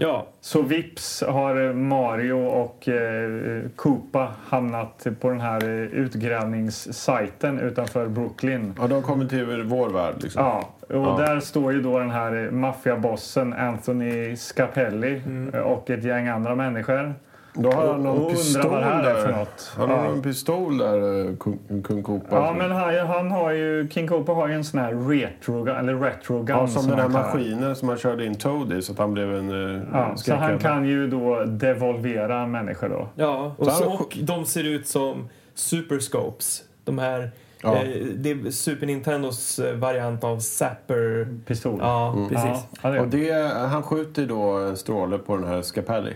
Ja,
Så vips har eh, Mario och eh, Koopa hamnat på den här eh, utgrävningssajten utanför Brooklyn.
Ja, de kommer till vår värld. Liksom.
Ja, och där står ju då den här eh, maffiabossen Anthony Scapelli
Mm.
eh, och ett gäng andra människor.
Då har
Och-
han
och
någon
undrar
pistol
vad det här är
där.
för något.
Han har
Ja.
en pistol där, eh, kung, kung Koopa.
Ja, men han, han har ju, King Koopa har ju en sån här retro, gun- eller retro gun
ja, som, den här
han kallar det.
maskinen som han körde in Toad i så att han blev en eh,
Ja, så
skräckämne.
han kan ju då devolvera människor då.
Ja, och,
Så
så,
han-
och de ser ut som superscopes. De här,
Ja.
eh, det är Super Nintendos eh, variant av Zapper.
Pistol.
Ja,
Mm.
Ja,
precis.
ja, det är
Och det, han skjuter då en stråle på den här Scapelli.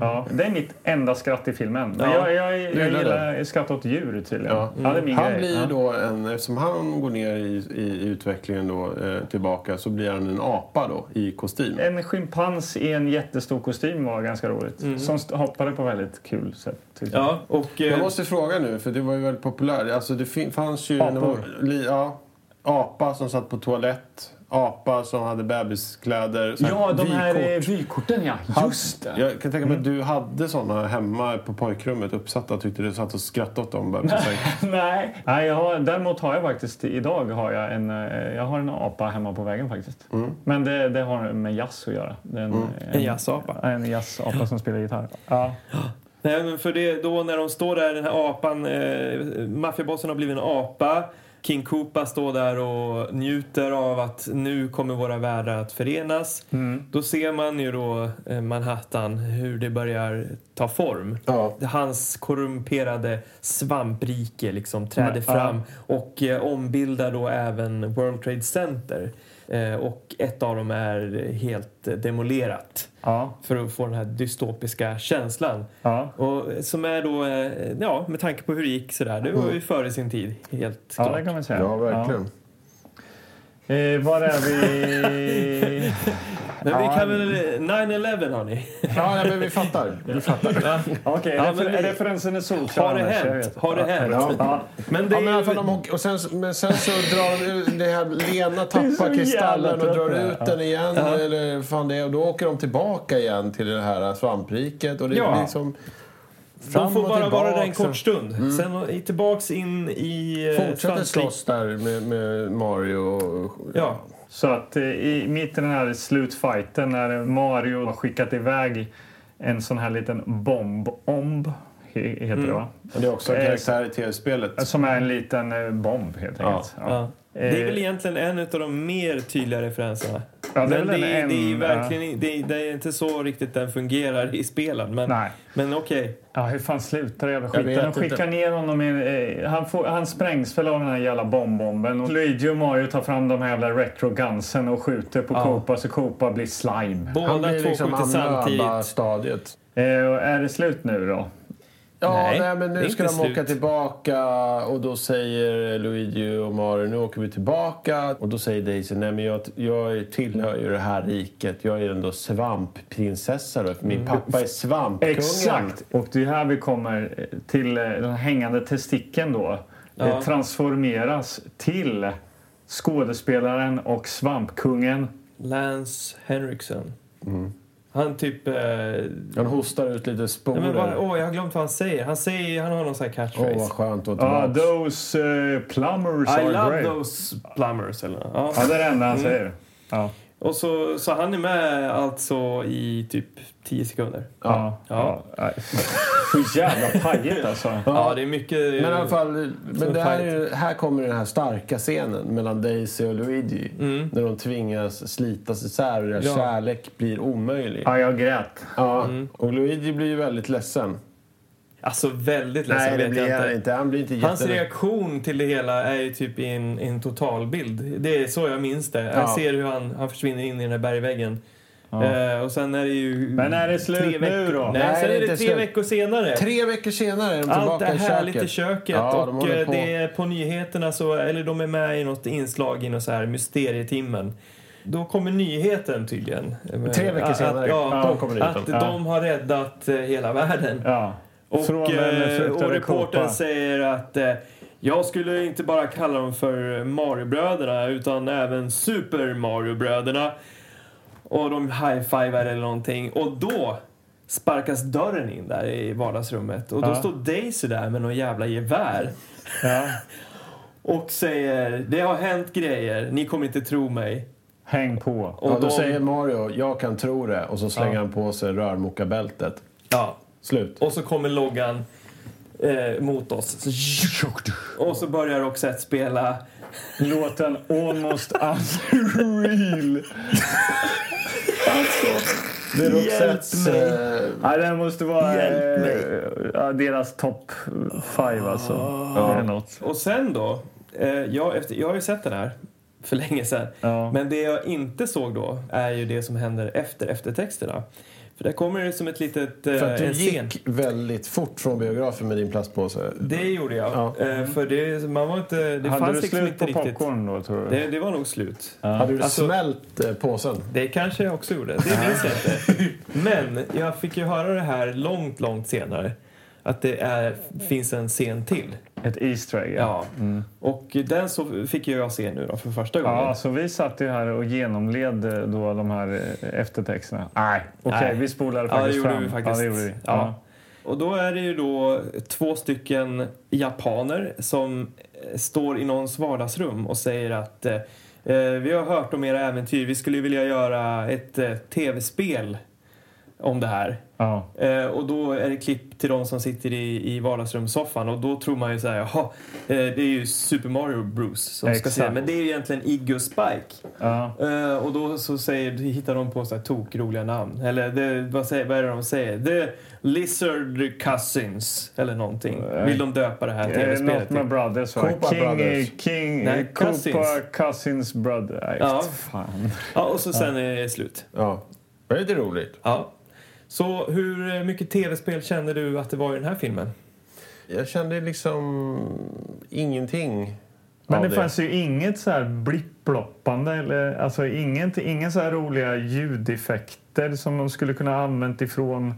Ja, det är mitt enda skratt i filmen. Men
Ja.
jag, jag, jag
Gillar
gillar skratt åt djur tydligen.
Ja.
det är min
Han
grej.
blir ju
ja.
då en, eftersom han går ner i, i, i utvecklingen då, eh, tillbaka så blir han en apa då i kostym.
En schimpans i en jättestor kostym var ganska roligt.
Mm.
Som st- hoppade på väldigt kul sätt. tyckte jag.
Ja, och
Jag
eh,
måste fråga nu, för det var ju väldigt populärt. Alltså det fin- fanns ju... när man-
Apor.
li- ja, apa som satt på toalett, apa som hade bebiskläder. så här
Ja, de här
vykort.
eh, Mm. vykorten ja.
Han-
Just det.
Jag kan tänka mig att du hade såna hemma på pojkrummet uppsatta. Tyckte du satt och skrattade åt dem. Bara,
Nej, Nej jag har, däremot har jag faktiskt idag har jag en, eh, jag har en apa hemma på vägen faktiskt.
Mm.
Men det, det har med jazz att göra. Det är en,
en jazzapa.
en jazzapa som spelar gitarr. Ja.
Nej, men för det, då när de står där, den här apan, eh, maffiabossen har blivit en apa. King Koopa står där och njuter av att nu kommer våra världar att förenas.
Mm.
Då ser man ju då eh, Manhattan, hur det börjar ta form.
Ja.
Hans korrumperade svamprike liksom träder
Men, ja.
fram och eh, ombildar då även World Trade Center. Eh, och ett av dem är helt eh, demolerat
Ja.
för att få den här dystopiska känslan.
Ja.
Och som är då, eh, ja, med tanke på hur det gick sådär, det var ju före sin tid, helt
Mm. ja,
klart.
det kan man säga.
ja, verkligen.
Ja. Eh, var är vi?
Men vi kan väl, 9-11 hörni.
Ja, nej, men vi fattar. Vi fattar.
Okej,
Ja,
refer-
men-
referensen är solklar.
Har det
Anders, jag
hänt?
vet.
Har det hänt?
Ja. alltså,
Men det
Ja, men i alla fall
är
de
ju...
åker, och sen, men sen så drar de ut det här, Lena
så
tappar
jävla
kristallen och
trött
drar
det här.
ut den igen. Eller fan det, är, och då åker de tillbaka igen till det här svampriket. Och det,
Ja.
är liksom,
De
fram
får
och
bara vara där en
tillbaks.
kort stund.
Mm.
Sen är tillbaks in i... eh,
Fortsätter
Svante-
slåss där med, med Mario och...
Ja.
Så att eh, i mitt i den här slutfighten när Mario har skickat iväg en sån här liten bomb-omb, he- heter
Mm.
det va?
Det är också en
Eh,
karaktär i tv-spelet.
alltså,
Som är en liten eh, bomb helt enkelt. Ja.
Ja. Det är
Eh,
väl egentligen en av de mer tydliga referenserna.
Ja, det är
men
väl
det,
en-
är- det är ju
en,
verkligen in- det, är- det är inte så riktigt den fungerar i spelen. Men,
Nej.
men okej.
Ja, hur fan slutar det jävla
vet
skiten? De skickar
inte.
ner honom i... Eh, han, får, han sprängs väl av den här jävla bombbomben. Och Luigi och Mario tar fram de här jävla retrogunsen och skjuter på Koopa så Koopa blir slime.
Han
Båda
blir
två
liksom
skjuter samtidigt.
amöba-stadiet.
Eh, och är det slut nu då?
Ja, nej,
Nej,
men
det
nu
är
ska de
inte
åka
slut.
tillbaka och då säger Luigi och Mario nu åker vi tillbaka. Och då säger Daisy nej men jag, jag tillhör ju det här riket. Jag är ändå svampprinsessa då, för
Mm.
min pappa är svampkungen.
Exakt! Och det är här vi kommer till eh, den hängande testikeln då. Eh, transformeras till skådespelaren och svampkungen.
Lance Henriksen.
Mm.
Han typ... Eh,
Han hostar ut lite sporer.
ja, men bara,
Åh,
åh, jag har glömt vad han säger. Han, säger, han har någon sån här catchphrase.
vad skönt att
Ja,
vara tillbaka.
those eh, plumbers
I
are
love
great.
those plumbers. Eller? Ja.
Ja, det är det enda han säger. Ja.
Och så, så han är med alltså i typ 10 sekunder.
Ja. ja. Så jävla pajigt alltså.
Ja, det är mycket...
Men i alla fall, men
Så
det här, är
tight.
ju- här kommer den här starka scenen mellan Daisy och Luigi. När de tvingas slitas isär och deras
Mm. Ja. Mm.
kärlek blir omöjlig.
Ja, jag grät.
Ja, och Luigi blir ju väldigt ledsen.
Alltså väldigt ledsen
Nej, det
vet jag
blir
inte.
han inte. Han blir inte
Hans
jätte...
reaktion till det hela är ju typ i en, i en totalbild. Det är så jag minns det.
Ja.
Jag ser hur han, han försvinner in i den här bergväggen. Eh, och sen är det ju...
Men är det slut
tre veckor-
nu då?
Nej,
Nej,
sen är
det är
det
inte
tre
slut.
veckor senare.
Tre veckor senare är de
Allt
tillbaka
är
i
härligt
köket.
i köket
Ja, de
och
håller
eh,
på.
det är på nyheterna så, eller de är med i något inslag i något så här mysterietimmen. Då kommer nyheten tydligen.
Tre veckor
Att-
senare.
Att, ja,
Då kommer nyheten.
att
Ja.
de har räddat eh, hela världen.
Ja.
Och,
Från den
eh, och
fruktade
reportern
kåpan.
säger att eh, jag skulle inte bara kalla dem för Mario-bröderna utan även Super Mario-bröderna. Och de high-fivar eller någonting. Och då sparkas dörren in där i vardagsrummet. Och då
Ja.
står Daisy där med någon jävla gevär.
Ja.
Och säger det har hänt grejer, ni kommer inte tro mig.
Häng på.
Och
Ja, då
de-
säger Mario, jag kan tro det. Och så slänger han på sig rörmokarbältet.
ja.
Slut.
Och så kommer loggan eh, mot oss. Och så börjar Roxette spela
Låten Almost Unreal.
Det eh, är
Roxettes,
Roxettes...
Ja, det måste vara eh, ja, deras topp five alltså. Det är något.
Och sen då, eh, jag, efter, jag har ju sett den här för länge sedan.
Ja.
Men det jag inte såg då är ju det som händer efter eftertexterna. För där kommer det som ett litet... Eh,
För att du
en scen.
gick väldigt fort från biografen med din plastpåse.
Det gjorde jag.
Ja.
Eh, för det, man var inte, det
Mm. Hade
fanns
du
liksom
slut
inte
på
riktigt.
popcorn då tror du?
Det, det var nog slut.
Hade du
Alltså-
smält eh, påsen?
Det kanske jag också gjorde. Det minns jag inte. Men jag fick ju höra det här långt, långt senare. Att det är, finns en scen till.
Ett Easter egg.
Ja. Och den så fick ju jag se nu då för första gången.
Mm. Ja, så vi satt ju här och genomled eh, då de här eh, eftertexterna. Nej. Okej,
Nej.
vi spolade
Ja, det
faktiskt
gjorde
fram.
vi faktiskt.
Ja, det gjorde vi.
Ja. Och då är det ju då två stycken japaner som eh, står i någons vardagsrum och säger att eh, eh, vi har hört om era äventyr, vi skulle vilja göra ett eh, tv-spel om det här.
Ja.
Eh, och då är det klipp till de som sitter i, i vardagsrumssoffan och då tror man ju så här, jaha, eh, det är ju Super Mario Bruce som ska
Exakt.
se men det är ju egentligen Iggy och Spike.
Ja.
Eh, och då så säger, hittar de på så här tokroliga namn. Eller det, vad, säger, vad är det de säger? The Lizard Cousins eller någonting. Vill de döpa det här
Eh,
tv-spelet
Något
till?
med Brothers va?
Koopa
King,
Brothers.
King,
Nej,
eh, Koopa
Cousins.
Cousins, Brother. Nej,
Ja.
fan.
Ja, och så sen är det slut.
Ja. Det är lite roligt.
Ja. Så hur mycket tv-spel kände du att det var i den här filmen?
Jag kände liksom ingenting
Men
av
det fanns ju inget så här blipploppande eller alltså inget, ingen så här roliga ljudeffekter som de skulle kunna ha använt ifrån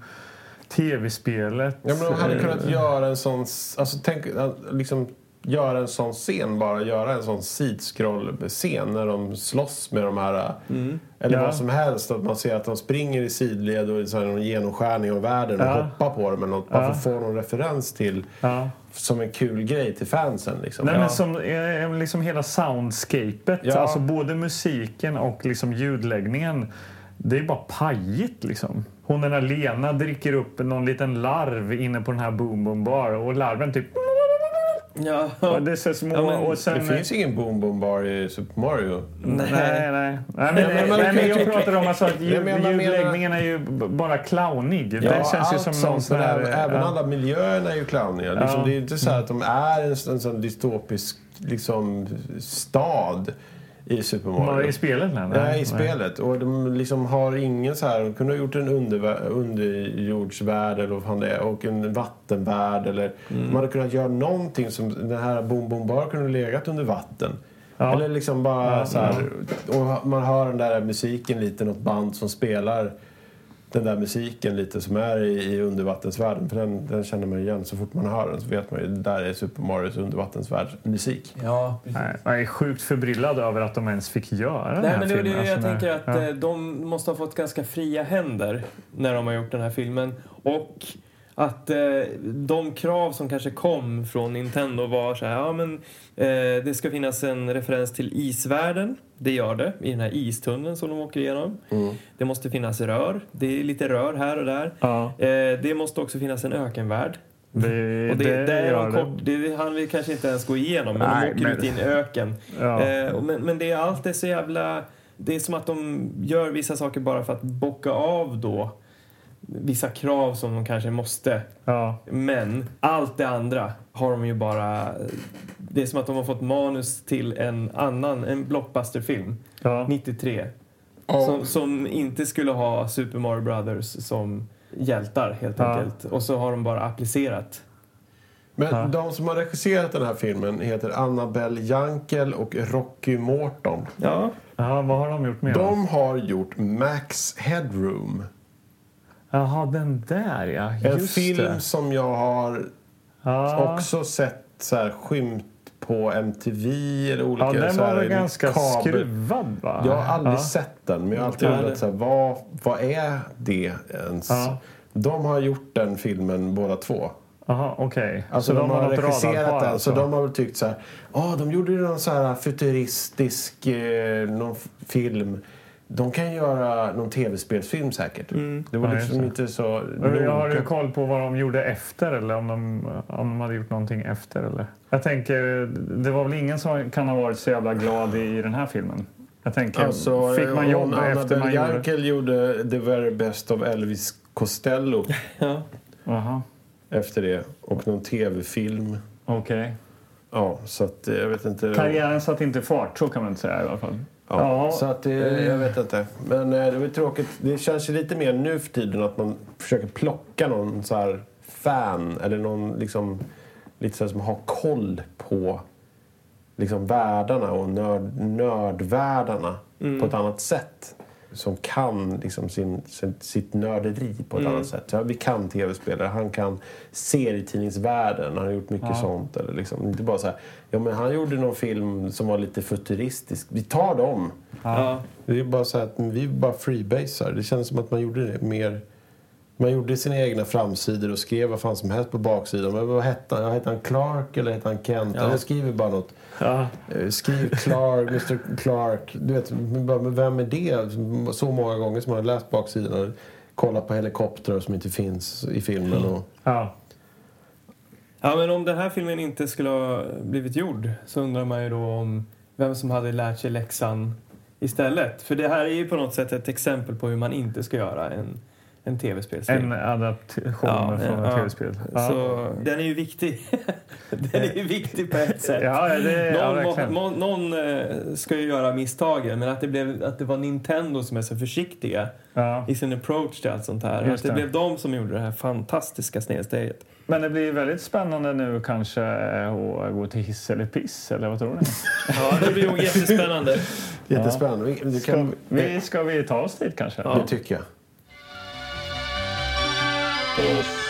tv-spelet.
Ja, men de hade kunnat göra en sån... Alltså, tänk, liksom, göra en sån scen bara. Göra en sån sidskroll-scen när de slåss med de här. äh, Eller
Mm. Ja.
vad som helst. Att man ser att de springer i sidled och så här, någon genomskärning av världen och
Ja.
hoppar på dem. Eller något, bara för att få någon referens till.
Ja.
Som en kul grej till fansen. Liksom.
Nej, men som, eh, liksom hela soundscapet,
Ja.
alltså både musiken och liksom ljudläggningen. Det är bara pajigt liksom. Hon den här Lena dricker upp någon liten larv inne på den här boom boom bar och larven typ...
Ja.
Och det är så små
men
och sen...
Det finns ingen boom boom bar i Super Mario.
Nej, nej. nej. men, nej,
men- men-
men jag pratar om alltså att ljud,
Jag menar-
ljudläggningen är ju b- bara clownig.
Ja,
det känns ju
allt
som någon
sånt.
sån
men
här...
även, även
ja.
alla miljöerna är ju clowniga. Liksom, Det är ju inte så här att de är en, sån- en sån dystopisk liksom, stad i Super
Bara
Mario.
I spelet? Nej,
Nej, i spelet. Och de liksom har ingen så här... De kunde ha gjort en under, underjordsvärld eller vad fan det är, och en vattenvärld. Eller, De hade kunnat göra någonting som... Den här Boom Boom Bar kunde ha legat under vatten. Eller liksom bara så här... Och man hör den där musiken lite, något band som spelar den där musiken lite som är i, i undervattensvärlden. För den, den känner man igen. Så fort man hör den så vet man ju det där är Super Marios undervattensvärldsmusik.
Ja,
Nej, jag är sjukt förbryllad över att de ens fick göra den
Nej,
här
men det är
filmen.
det jag
Alltså,
tänker
nej.
att eh, de måste ha fått ganska fria händer när de har gjort den här filmen. Och att eh, de krav som kanske kom från Nintendo var så här, ja men eh, det ska finnas en referens till isvärlden. Det gör det, i den här istunneln som de åker igenom. Det måste finnas rör. Det är lite rör här och där.
Ja.
Eh, det måste också finnas en ökenvärld.
Det,
Och det,
det
det, är
gör
de
det.
kort, det. det hann vi kanske inte ens gå igenom, men
Nej,
de åker
men-
ut i en öken.
Ja.
Eh, och men, men det är allt är så jävla... Det är som att de gör vissa saker bara för att bocka av då vissa krav som de kanske måste.
Ja.
Men allt det andra har de ju bara... Det är som att de har fått manus till en annan, en blockbusterfilm,
Ja.
93. Som, som inte skulle ha Super Mario Brothers som hjältar helt
Ja.
enkelt. Och så har de bara applicerat
Men de som har regisserat den här filmen heter Annabelle Jankel och Rocky Morton.
Ja,
ja, vad har de gjort med den?
De har gjort Max Headroom.
Jaha, den där ja.
En
Just
film
det.
som jag har
Ja.
också sett så här skymt på MTV eller olika
Ja, den
så här
var väl
i
ganska
kabel-
skruvad va?
Jag har aldrig
ja.
sett den, men jag har alltid undrat så här, vad, vad är det ens?
Ja.
De har gjort den filmen båda två.
Jaha, okej.
Alltså
så
de, har,
något
regisserat
radarpar,
den,
alltså.
så de har väl tyckt så här, ah, de gjorde ju någon så här futuristisk eh, någon f- film. De kan göra någon tv-spelsfilm säkert. Det var
Mm. Ja,
liksom
just
inte så
Jag har
noga.
du koll på vad de gjorde efter eller om de, om de hade gjort någonting efter eller? Jag tänker, det var väl ingen som kan ha varit så jävla glad i, i den här filmen? Jag tänker,
Alltså,
fick man
hon,
jobb efter
Annabelle
man gjorde...
Jankel gjorde The Very Best of Elvis Costello
Jaha,
efter det. Och någon tv-film.
okej.
Ja, så att eh, jag vet inte.
Karriären satt inte i fart, så kan man inte säga i alla fall.
Ja,
Ja.
så att det, Eh, jag vet inte. Men eh, det var tråkigt. Det känns ju lite mer nu för tiden att man försöker plocka någon så här fan eller någon liksom lite så här som har koll på liksom världarna och nörd, nördvärldarna på ett annat sätt. Som kan liksom sin, sin, sitt nörderi på ett annat sätt. Så här, vi kan tv-spelare, han kan serietidningsvärlden, han har gjort mycket sånt. Eller liksom, inte bara så här, ja men han gjorde någon film som var lite futuristisk. Vi tar dem!
Ja.
Det är bara så här att vi bara freebasar. Det känns som att man gjorde det mer... Man gjorde sina egna framsidor och skrev vad fan som helst på baksidan. Men vad hette han? Ja, Hette han Clark eller hette han Kent? Jag skriver bara något. Eh, Skriv Clark, Mr Clark. Du vet, men bara, men vem är det? Så många gånger som man har läst baksidan. och Kollat på helikoptrar som inte finns i filmen. Och...
Ja.
Ja, men om den här filmen inte skulle ha blivit gjord så undrar man ju då om vem som hade lärt sig läxan istället. För det här är ju på något sätt ett exempel på hur man inte ska göra en, en
En
tv-spelsfilm.
adaptation
Ja,
från
ja.
ett tv-spel. Ja.
Så den är ju viktig. den är ju viktig på ett sätt.
Ja, det är ja,
Någon, må,
verkligen.
må, någon eh, ska ju göra misstagen, men att det, blev, att det var Nintendo som är så försiktiga
Ja.
i sin approach till allt sånt här.
Just
Att det,
det.
blev de som gjorde det här fantastiska snedsteget.
Men det blir väldigt spännande nu kanske att gå till hiss eller piss, eller vad tror ni?
Ja, det blir nog jättespännande.
Jättespännande. Vi, du
Ska
kan...
vi, ska vi ta oss dit kanske?
Det tycker jag.
Piss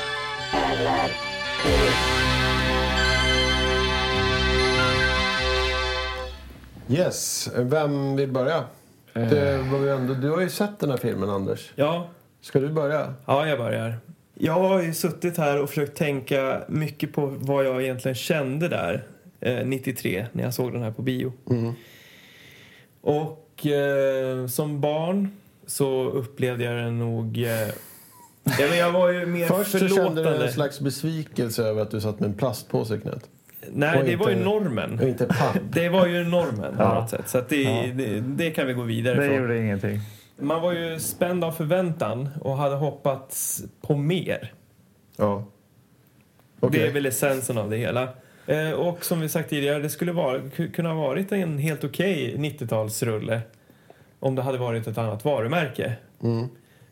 Yes, vem vill börja?
Eh.
Det var ju ändå, du har ju sett den här filmen, Anders.
Ja,
Ska du börja?
Ja, jag börjar. Jag har ju suttit här och försökt tänka mycket på vad jag egentligen kände där eh, 93 när jag såg den här på bio.
Mm.
Och eh, som barn så upplevde jag den nog... Eh, ja, men jag var ju mer
Först så kände
förlåtande.
du en slags besvikelse över att du satt med en plastpåse i knät.
Nej,
och
det var ju
inte-
normen.
Och inte papp.
Det var ju normen på
Ja.
något sätt. Så att det, det, det kan vi gå vidare
Det
från.
gjorde ingenting.
Man var ju spänd av förväntan och hade hoppats på mer.
Ja.
Det
Okej.
är väl essensen av det hela. Eh, och som vi sagt tidigare, det skulle vara, ku- kunna ha varit en helt okej 90-talsrulle om det hade varit ett annat varumärke.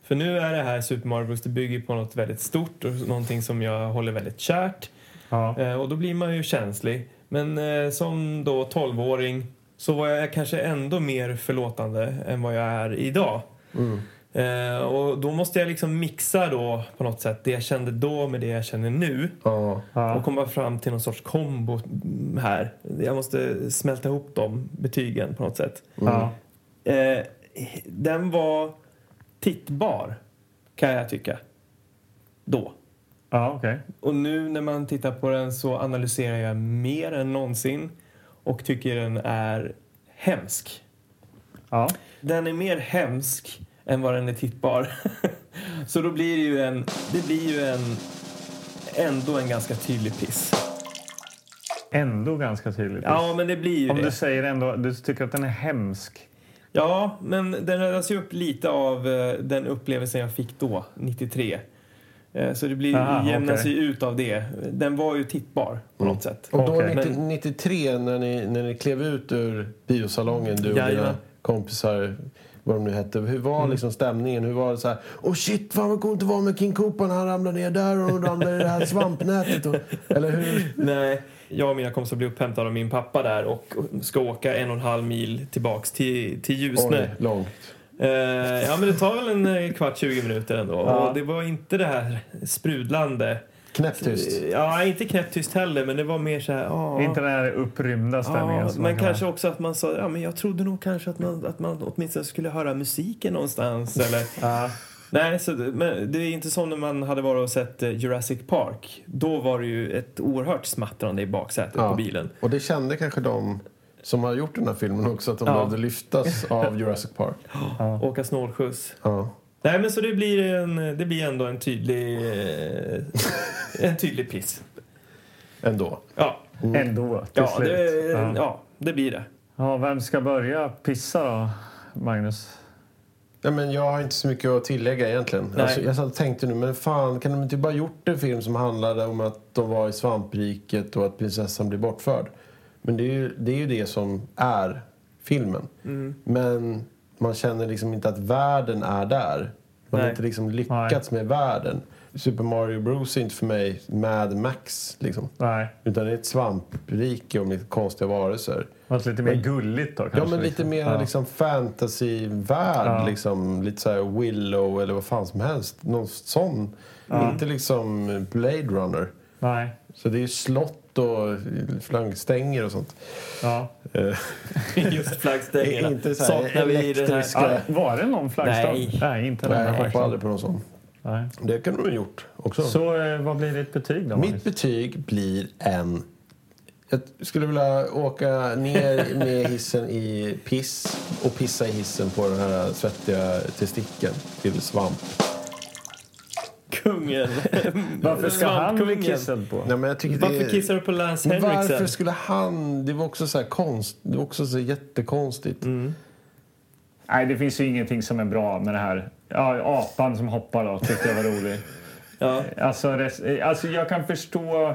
För nu är det här Super Mario Bros. Det bygger på något väldigt stort och någonting som jag håller väldigt kärt.
Ja.
Eh, och då blir man ju känslig. Men eh, som då 12-åring så var jag kanske ändå mer förlåtande än vad jag är idag. Eh, och då måste jag liksom mixa då på något sätt det jag kände då med det jag känner nu
Ja.
och komma fram till någon sorts kombo här. Jag måste smälta ihop de betygen på något sätt.
Ja.
Eh, den var tittbar, kan jag tycka. Då.
Ja, okej.
Och nu när man tittar på den så analyserar jag mer än någonsin och tycker den är hemsk.
Ja.
Den är mer hemsk än vad den är tittbar. så då blir det ju en... Det blir ju en... Ändå en ganska tydlig piss.
Ändå ganska tydligt.
Ja, men det blir ju
Om
det.
du säger ändå, du tycker att den är hemsk.
Ja, men den räddas ju upp lite av eh, den upplevelsen jag fick då, 93. Eh, Så det blir,
Aha,
jämnas
okej.
ju ut av det. Den var ju tittbar på något sätt.
Och då
Okej.
90,
Men-
93, när ni, när ni klev ut ur biosalongen, du och
Jajamän.
dina kompisar, vad de nu hette. Hur var
Mm.
liksom stämningen? Hur var det så här, åh shit, fan vad coolt det var med King Cooper när han ramlade ner där och han ramlade i det här svampnätet. Och, eller hur?
Nej, jag och mina kompisar blev upphämtade av min pappa där och ska åka en och en halv mil tillbaks till, till Ljusne.
Oj, långt.
Eh, ja, men det tar väl en eh, kvart, 20 minuter ändå. Och det var inte det här sprudlande.
Knäpptyst.
Eh, Ja, inte knäpptyst heller, men det var mer så här... "Ah,
Inte den här upprymda stämningen.
Ja,
som man
men
kan
kanske också att man sa, ja men jag trodde nog kanske att man, att man åtminstone skulle höra musiken någonstans eller... Nej, så, det- men det är inte som när man hade varit och sett eh, Jurassic Park. Då var det ju ett oerhört smattrande i baksätet
Ja.
på bilen.
Och det kände kanske de som har gjort den här filmen också, att de
Ja.
behövde lyftas av Jurassic Park.
Åka snålskjuts.
Ja.
Nej, men så det blir, en, det blir ändå en tydlig... eh, en tydlig piss.
Ändå.
Ja,
vara. Ändå, till
ja,
slut.
det, eh,
ja.
ja, det blir det.
Ja, vem ska börja pissa då, Magnus?
Ja, men jag har inte så mycket att tillägga egentligen. Alltså, jag satt och tänkte nu, men fan, kan de inte bara gjort en film som handlade om att de var i svampriket och att prinsessan blir bortförd? Men det är ju det, är ju det som är filmen.
Mm.
Men man känner liksom inte att världen är där. Man har
Nej.
inte liksom lyckats med världen. Super Mario Bros är inte för mig Mad Max, liksom.
Nej,
Utan det är ett svamprike och med konstiga varelser.
fast lite mer gulligt då kanske.
Ja, men lite
liksom.
mer
Ja.
liksom fantasyvärld.
Ja.
Liksom, lite så här Willow eller vad fan som helst. Någon sån. Inte liksom Blade Runner.
Nej,
Så det är ju slott och flaggstänger och sånt.
ja.
Eh,
Just flaggstängerna.
Inte så här
Saknar vi den här...
elektriska-
ja. Ah, Var det någon flaggstång?
Nej.
Nej, inte den
Nej,
här
jag hoppar
flaggstången.
aldrig på någon sån.
Nej.
Det kunde de ha gjort också.
Så eh, vad blir ditt betyg då?
Mitt
Magnus?
betyg blir en... Jag skulle vilja åka ner med hissen i piss och pissa i hissen på den här svettiga testikeln till svamp.
Kungen.
Varför ska han bli
Svampkungen.
kissad på?
Nej, men jag tycker det...
Varför kissar du på Lance
Men Varför
Henriksen?
skulle han... Det var också så här konst... Det var också så jättekonstigt.
Mm. Nej, det finns ju ingenting som är bra med det här. Ja, apan som hoppar då tyckte jag var rolig.
Ja.
Alltså, res- eh, alltså jag kan förstå...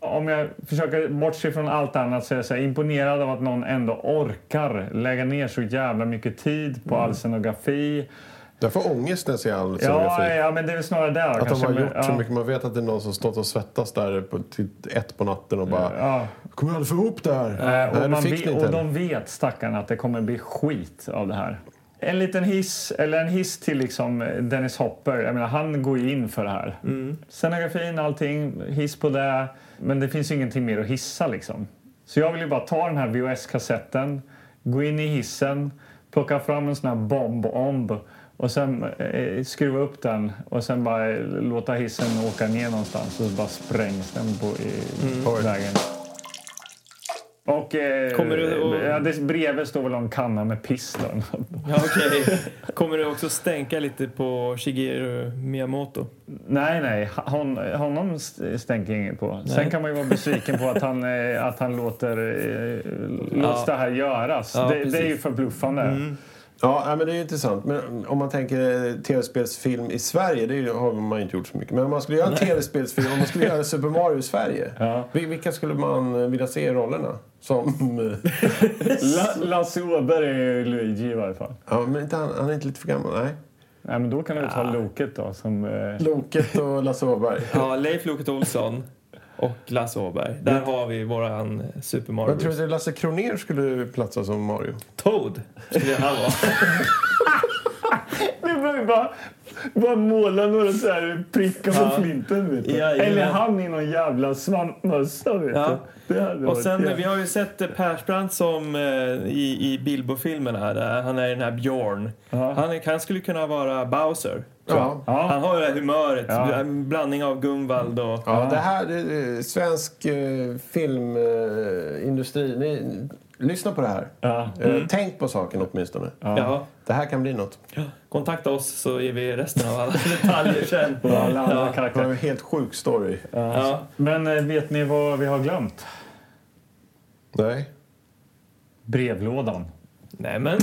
Om jag försöker bortse från allt annat så är jag så här imponerad av att någon ändå orkar lägga ner så jävla mycket tid
Mm.
på all scenografi.
Jag får ångest när jag ser all
Ja,
scenografi.
ja, men det är väl snarare där.
Att de
kanske,
har
men-
gjort
ja,
så mycket. Man vet att det är någon som stått och svettas där på, till ett på natten och bara...
Ja.
Kommer jag aldrig få ihop det här?
Eh, Och,
Nej, det
man
fick
vet,
ni
och
inte.
de vet stackarna att det kommer bli skit av det här. En liten hiss, eller en hiss till liksom Dennis Hopper. Jag menar, han går ju in för det här. Scenografin, allting, hiss på det. Men det finns ju ingenting mer att hissa liksom. Så jag vill ju bara ta den här VHS-kassetten, gå in i hissen, plocka fram en sån här bomb-omb och sen eh, skruva upp den och sen bara eh, låta hissen åka ner någonstans och så bara sprängs den på i, på vägen. Och, eh,
Kommer du att-
ja, det, bredvid står väl en kanna med piss då. eller något.
Ja, okej. Kommer du också stänka lite på Shigeru Miyamoto?
Nej, nej. Hon, honom st- stänker jag inget på. Sen kan man ju vara besviken på att han, eh, att han låter eh, låts det här göras. det,
Ja,
det är ju
precis. Mm.
förbluffande.
Ja, nej, men det är ju intressant. Men mm, om man tänker eh, tv-spelsfilm i Sverige, det är ju- har man ju inte gjort så mycket. Men om man skulle göra en tv-spelsfilm, om man skulle göra Super Mario i Sverige,
Ja.
vil- vilka skulle man eh, vilja se i rollerna? Som... eh,
La, Lasse Åberg är ju Luigi i varje fall.
Ja, men inte han, han är inte lite för gammal? Nej.
Nej, men då kan du ta Loket då. Som, eh,
Loket och Lasse Åberg.
Ja, Leif Loket Olsson och Lasse Åberg. Där har vi våran eh, Super Mario
Jag tror
Bros.
att Lasse Kroner skulle platsa som Mario.
Toad skulle han vara.
det var ju bara, bara måla några så här prickar på
Ja.
flinten. Vet du.
Ja, jajamän.
Eller han i någon jävla svampmössa. Vet
Ja.
du. Det hade
Och
varit
sen,
jävligt-
vi har ju sett eh, Persbrandt som eh, i, i Bilbo-filmerna, där han är den här Björn.
Ja.
Han, är- han skulle kunna vara Bowser.
Ja.
Ja.
Han har ju det här humöret,
Ja.
en blandning av Gunvald och...
Ja, det här är eh, svensk eh, filmindustri. Ni, lyssna på det här.
Ja.
Eh, Tänk på saken åtminstone.
Ja.
Det här kan bli något.
Kontakta oss så ger vi resten av alla detaljer sen.
Och alla andra
Det var
karaktärer.
en helt sjuk story.
Ja.
Men eh, vet ni vad vi har glömt?
Nej.
Brevlådan.
Nej men,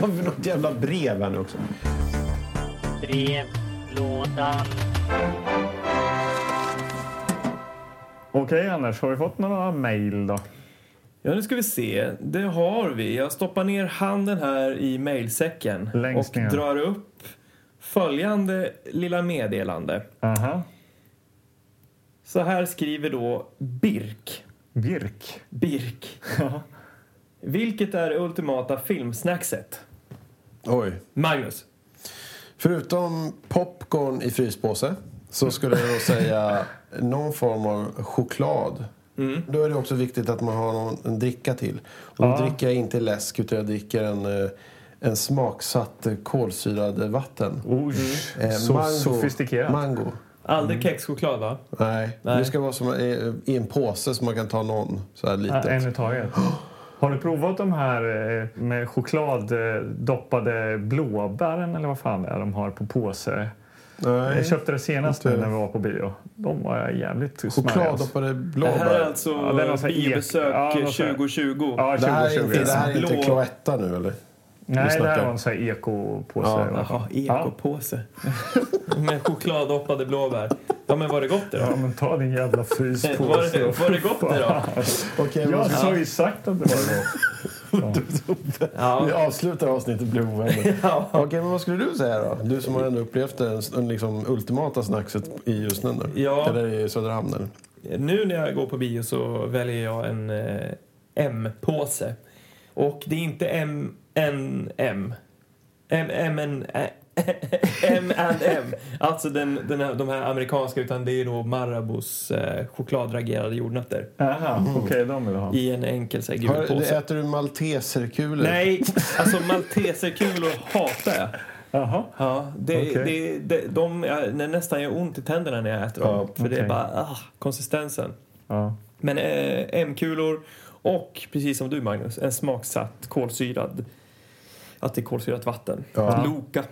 Har vi något jävla brev här nu också?
Brevlådan.
Okej, Anders. Har vi fått några mejl då?
ja nu ska vi se. Det har vi. Jag stoppar ner handen här i mejlsäcken
Längst
och
ner.
drar upp följande lilla meddelande.
Aha.
Så här skriver då Birk.
Birk.
Birk. Vilket är det ultimata filmsnackset?
Oj.
Magnus.
Förutom popcorn i fryspåse så skulle jag då säga någon form av choklad. Då är det också viktigt att man har någon, en dricka till. Och då dricker jag inte läsk utan jag dricker en, eh, en smaksatt eh, kolsyrad eh, vatten.
Oj.
Eh,
Oh, Så sofistikerat.
Mango.
Aldrig
Mm.
kexchoklad va?
Nej,
Nej.
det ska vara som, eh, i en påse så man kan ta någon så här
Ja,
litet.
en i taget. Mm. Har du provat de här eh, med chokladdoppade blåbären eller vad fan det är de har på påse?
Nej.
Jag köpte det senast nu
Inte.
när vi var på bio. De var jävligt smarriga. alltså.
Chokladdoppade
Det här är
blåbär.
alltså
Ja, det är någon sån här ek-
biobesök
ja, någon sån här-
2020.
Ja,
Det här
2020.
är inte, det här är inte
Blå-
Cloetta nu eller?
Nej, det här
snackar.
var en sån här ekopåse.
Ja,
i alla fall.
Jaha, ekopåse. Med chokladdoppade blåbär. Ja, men var det gott det då?
Ja, men ta din jävla fryspåse.
Var det, var det gott det då?
Okej,
Jag
okay,
sa ju sagt att det var det.
Ja.
vi avslutar avsnittet blir ovänner. Okej, men vad skulle du säga då? Du som har ändå upplevt den, den liksom ultimata snackset i Ljusnan nu.
Ja.
Eller i Söderhamn eller?
Nu när jag går på bio så väljer jag en eh, M-påse. Och det är inte M, N, M. M, M, N, Ä- M, N, M. Alltså den, den här, de här amerikanska, utan det är då Marabous eh, chokladragerade jordnötter.
Aha, okej, de vill jag ha.
I en enkel så här,
Har,
gul påse.
äter du malteserkulor?
Nej, alltså malteserkulor hatar jag.
Jaha.
Ja, det,
Okej.
det, det, de, jag, när nästan gör ont i tänderna när jag äter dem.
Ja,
för det
okej.
är bara ah, konsistensen.
Ja.
Men eh, M-kulor och, precis som du Magnus, en smaksatt kolsyrad... Att det är kolsyrat vatten.
Ja.
Loka.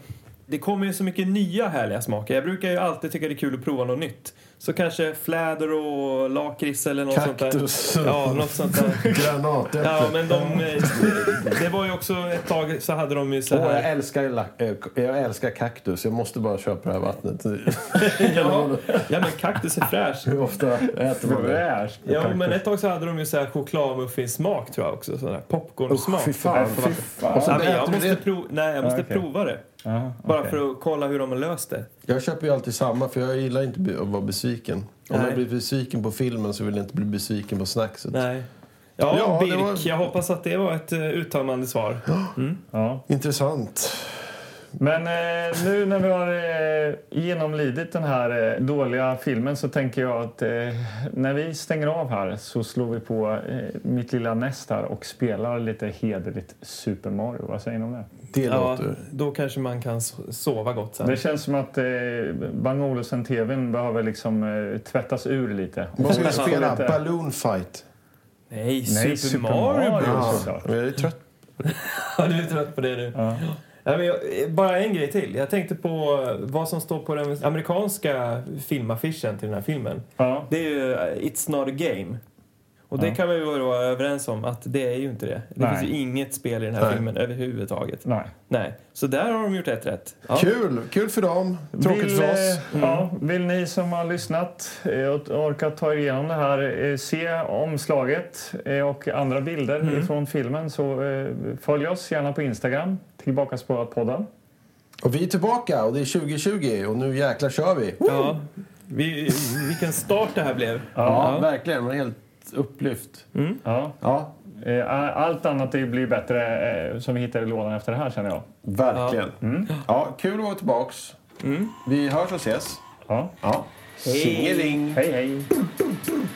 Det kommer ju så mycket nya härliga smaker. Jag brukar ju alltid tycka det är kul att prova något nytt. Så kanske fläder och lakrits eller något
Kaktus.
sånt där. Ja, något sånt där.
Granatäpple.
Ja, men de... eh, Det var ju också ett tag så hade de ju så
Åh, jag,
här...
älskar, lack- eh, jag älskar kaktus. Jag måste bara köpa det här vattnet.
Ja, ja men kaktus är fräsch.
Hur ofta äter man det?
Fräscht.
Ja, men ett tag så hade de ju så här chokladmuffinssmak tror jag också. Sån här popcornsmak.
Usch, fy fan.
Fy fan.
Och så
Nej, men
äter
jag
du
måste,
det.
prov- nej, jag måste
okej.
prova det.
Ja,
Bara
okej.
för att kolla hur de har löst det.
Jag köper ju alltid samma för jag gillar inte be- att vara besviken. Om
Nej.
jag blir besviken på filmen så vill jag inte bli besviken på snackset.
Nej. Ja,
Ja, det
Birk,
var-
jag hoppas att det var ett eh, uttömmande svar.
Ja.
Intressant.
Men eh, nu när vi har eh, genomlidit den här eh, dåliga filmen så tänker jag att eh, när vi stänger av här så slår vi på eh, mitt lilla näst här och spelar lite hederligt Super Mario. Vad säger ni om det?
Det
Ja,
låter...
då kanske man kan so- sova gott sen.
Det känns som att eh, Bang Olufsen-tvn behöver liksom eh, tvättas ur lite.
Vad ska vi
Få
spela?
lite-
Balloon Fight?
Nej,
Nej,
Super Mario Bros.
Ja,
såklart.
jag är trött.
Ja, du är trött på det nu. Ja. men jag, eh, bara en grej till. Jag tänkte på eh, vad som står på den amerikanska filmaffischen till den här filmen.
Ja.
Det är ju eh, It's Not A Game. Och det kan vi ju vara överens om att det är ju inte det. Det
Nej.
finns ju inget spel i den här
Nej.
filmen överhuvudtaget.
Nej.
Nej, så där har de gjort ett rätt. Ja.
Kul! Kul för dem, tråkigt
vill,
för oss. Mm.
eh, Ja, vill ni som har lyssnat eh, och orkat ta er igenom det här eh, se omslaget eh, och andra bilder
Mm.
från filmen så eh, följ oss gärna på Instagram, tillbaka podden.
Och vi är tillbaka och det är 2020 och nu jäklar kör vi.
Ja. Vi, vilken start det här blev.
Ja, verkligen. Man är helt upplyft.
Ja.
Ja,
eh, Allt annat det blir bättre eh, som vi hittar i lådan efter det här känner jag.
verkligen. Ja. kul att vara tillbaks. Vi hörs och ses.
Ja.
Ja. Tjingeling!
Hej hej!
Tjingeling!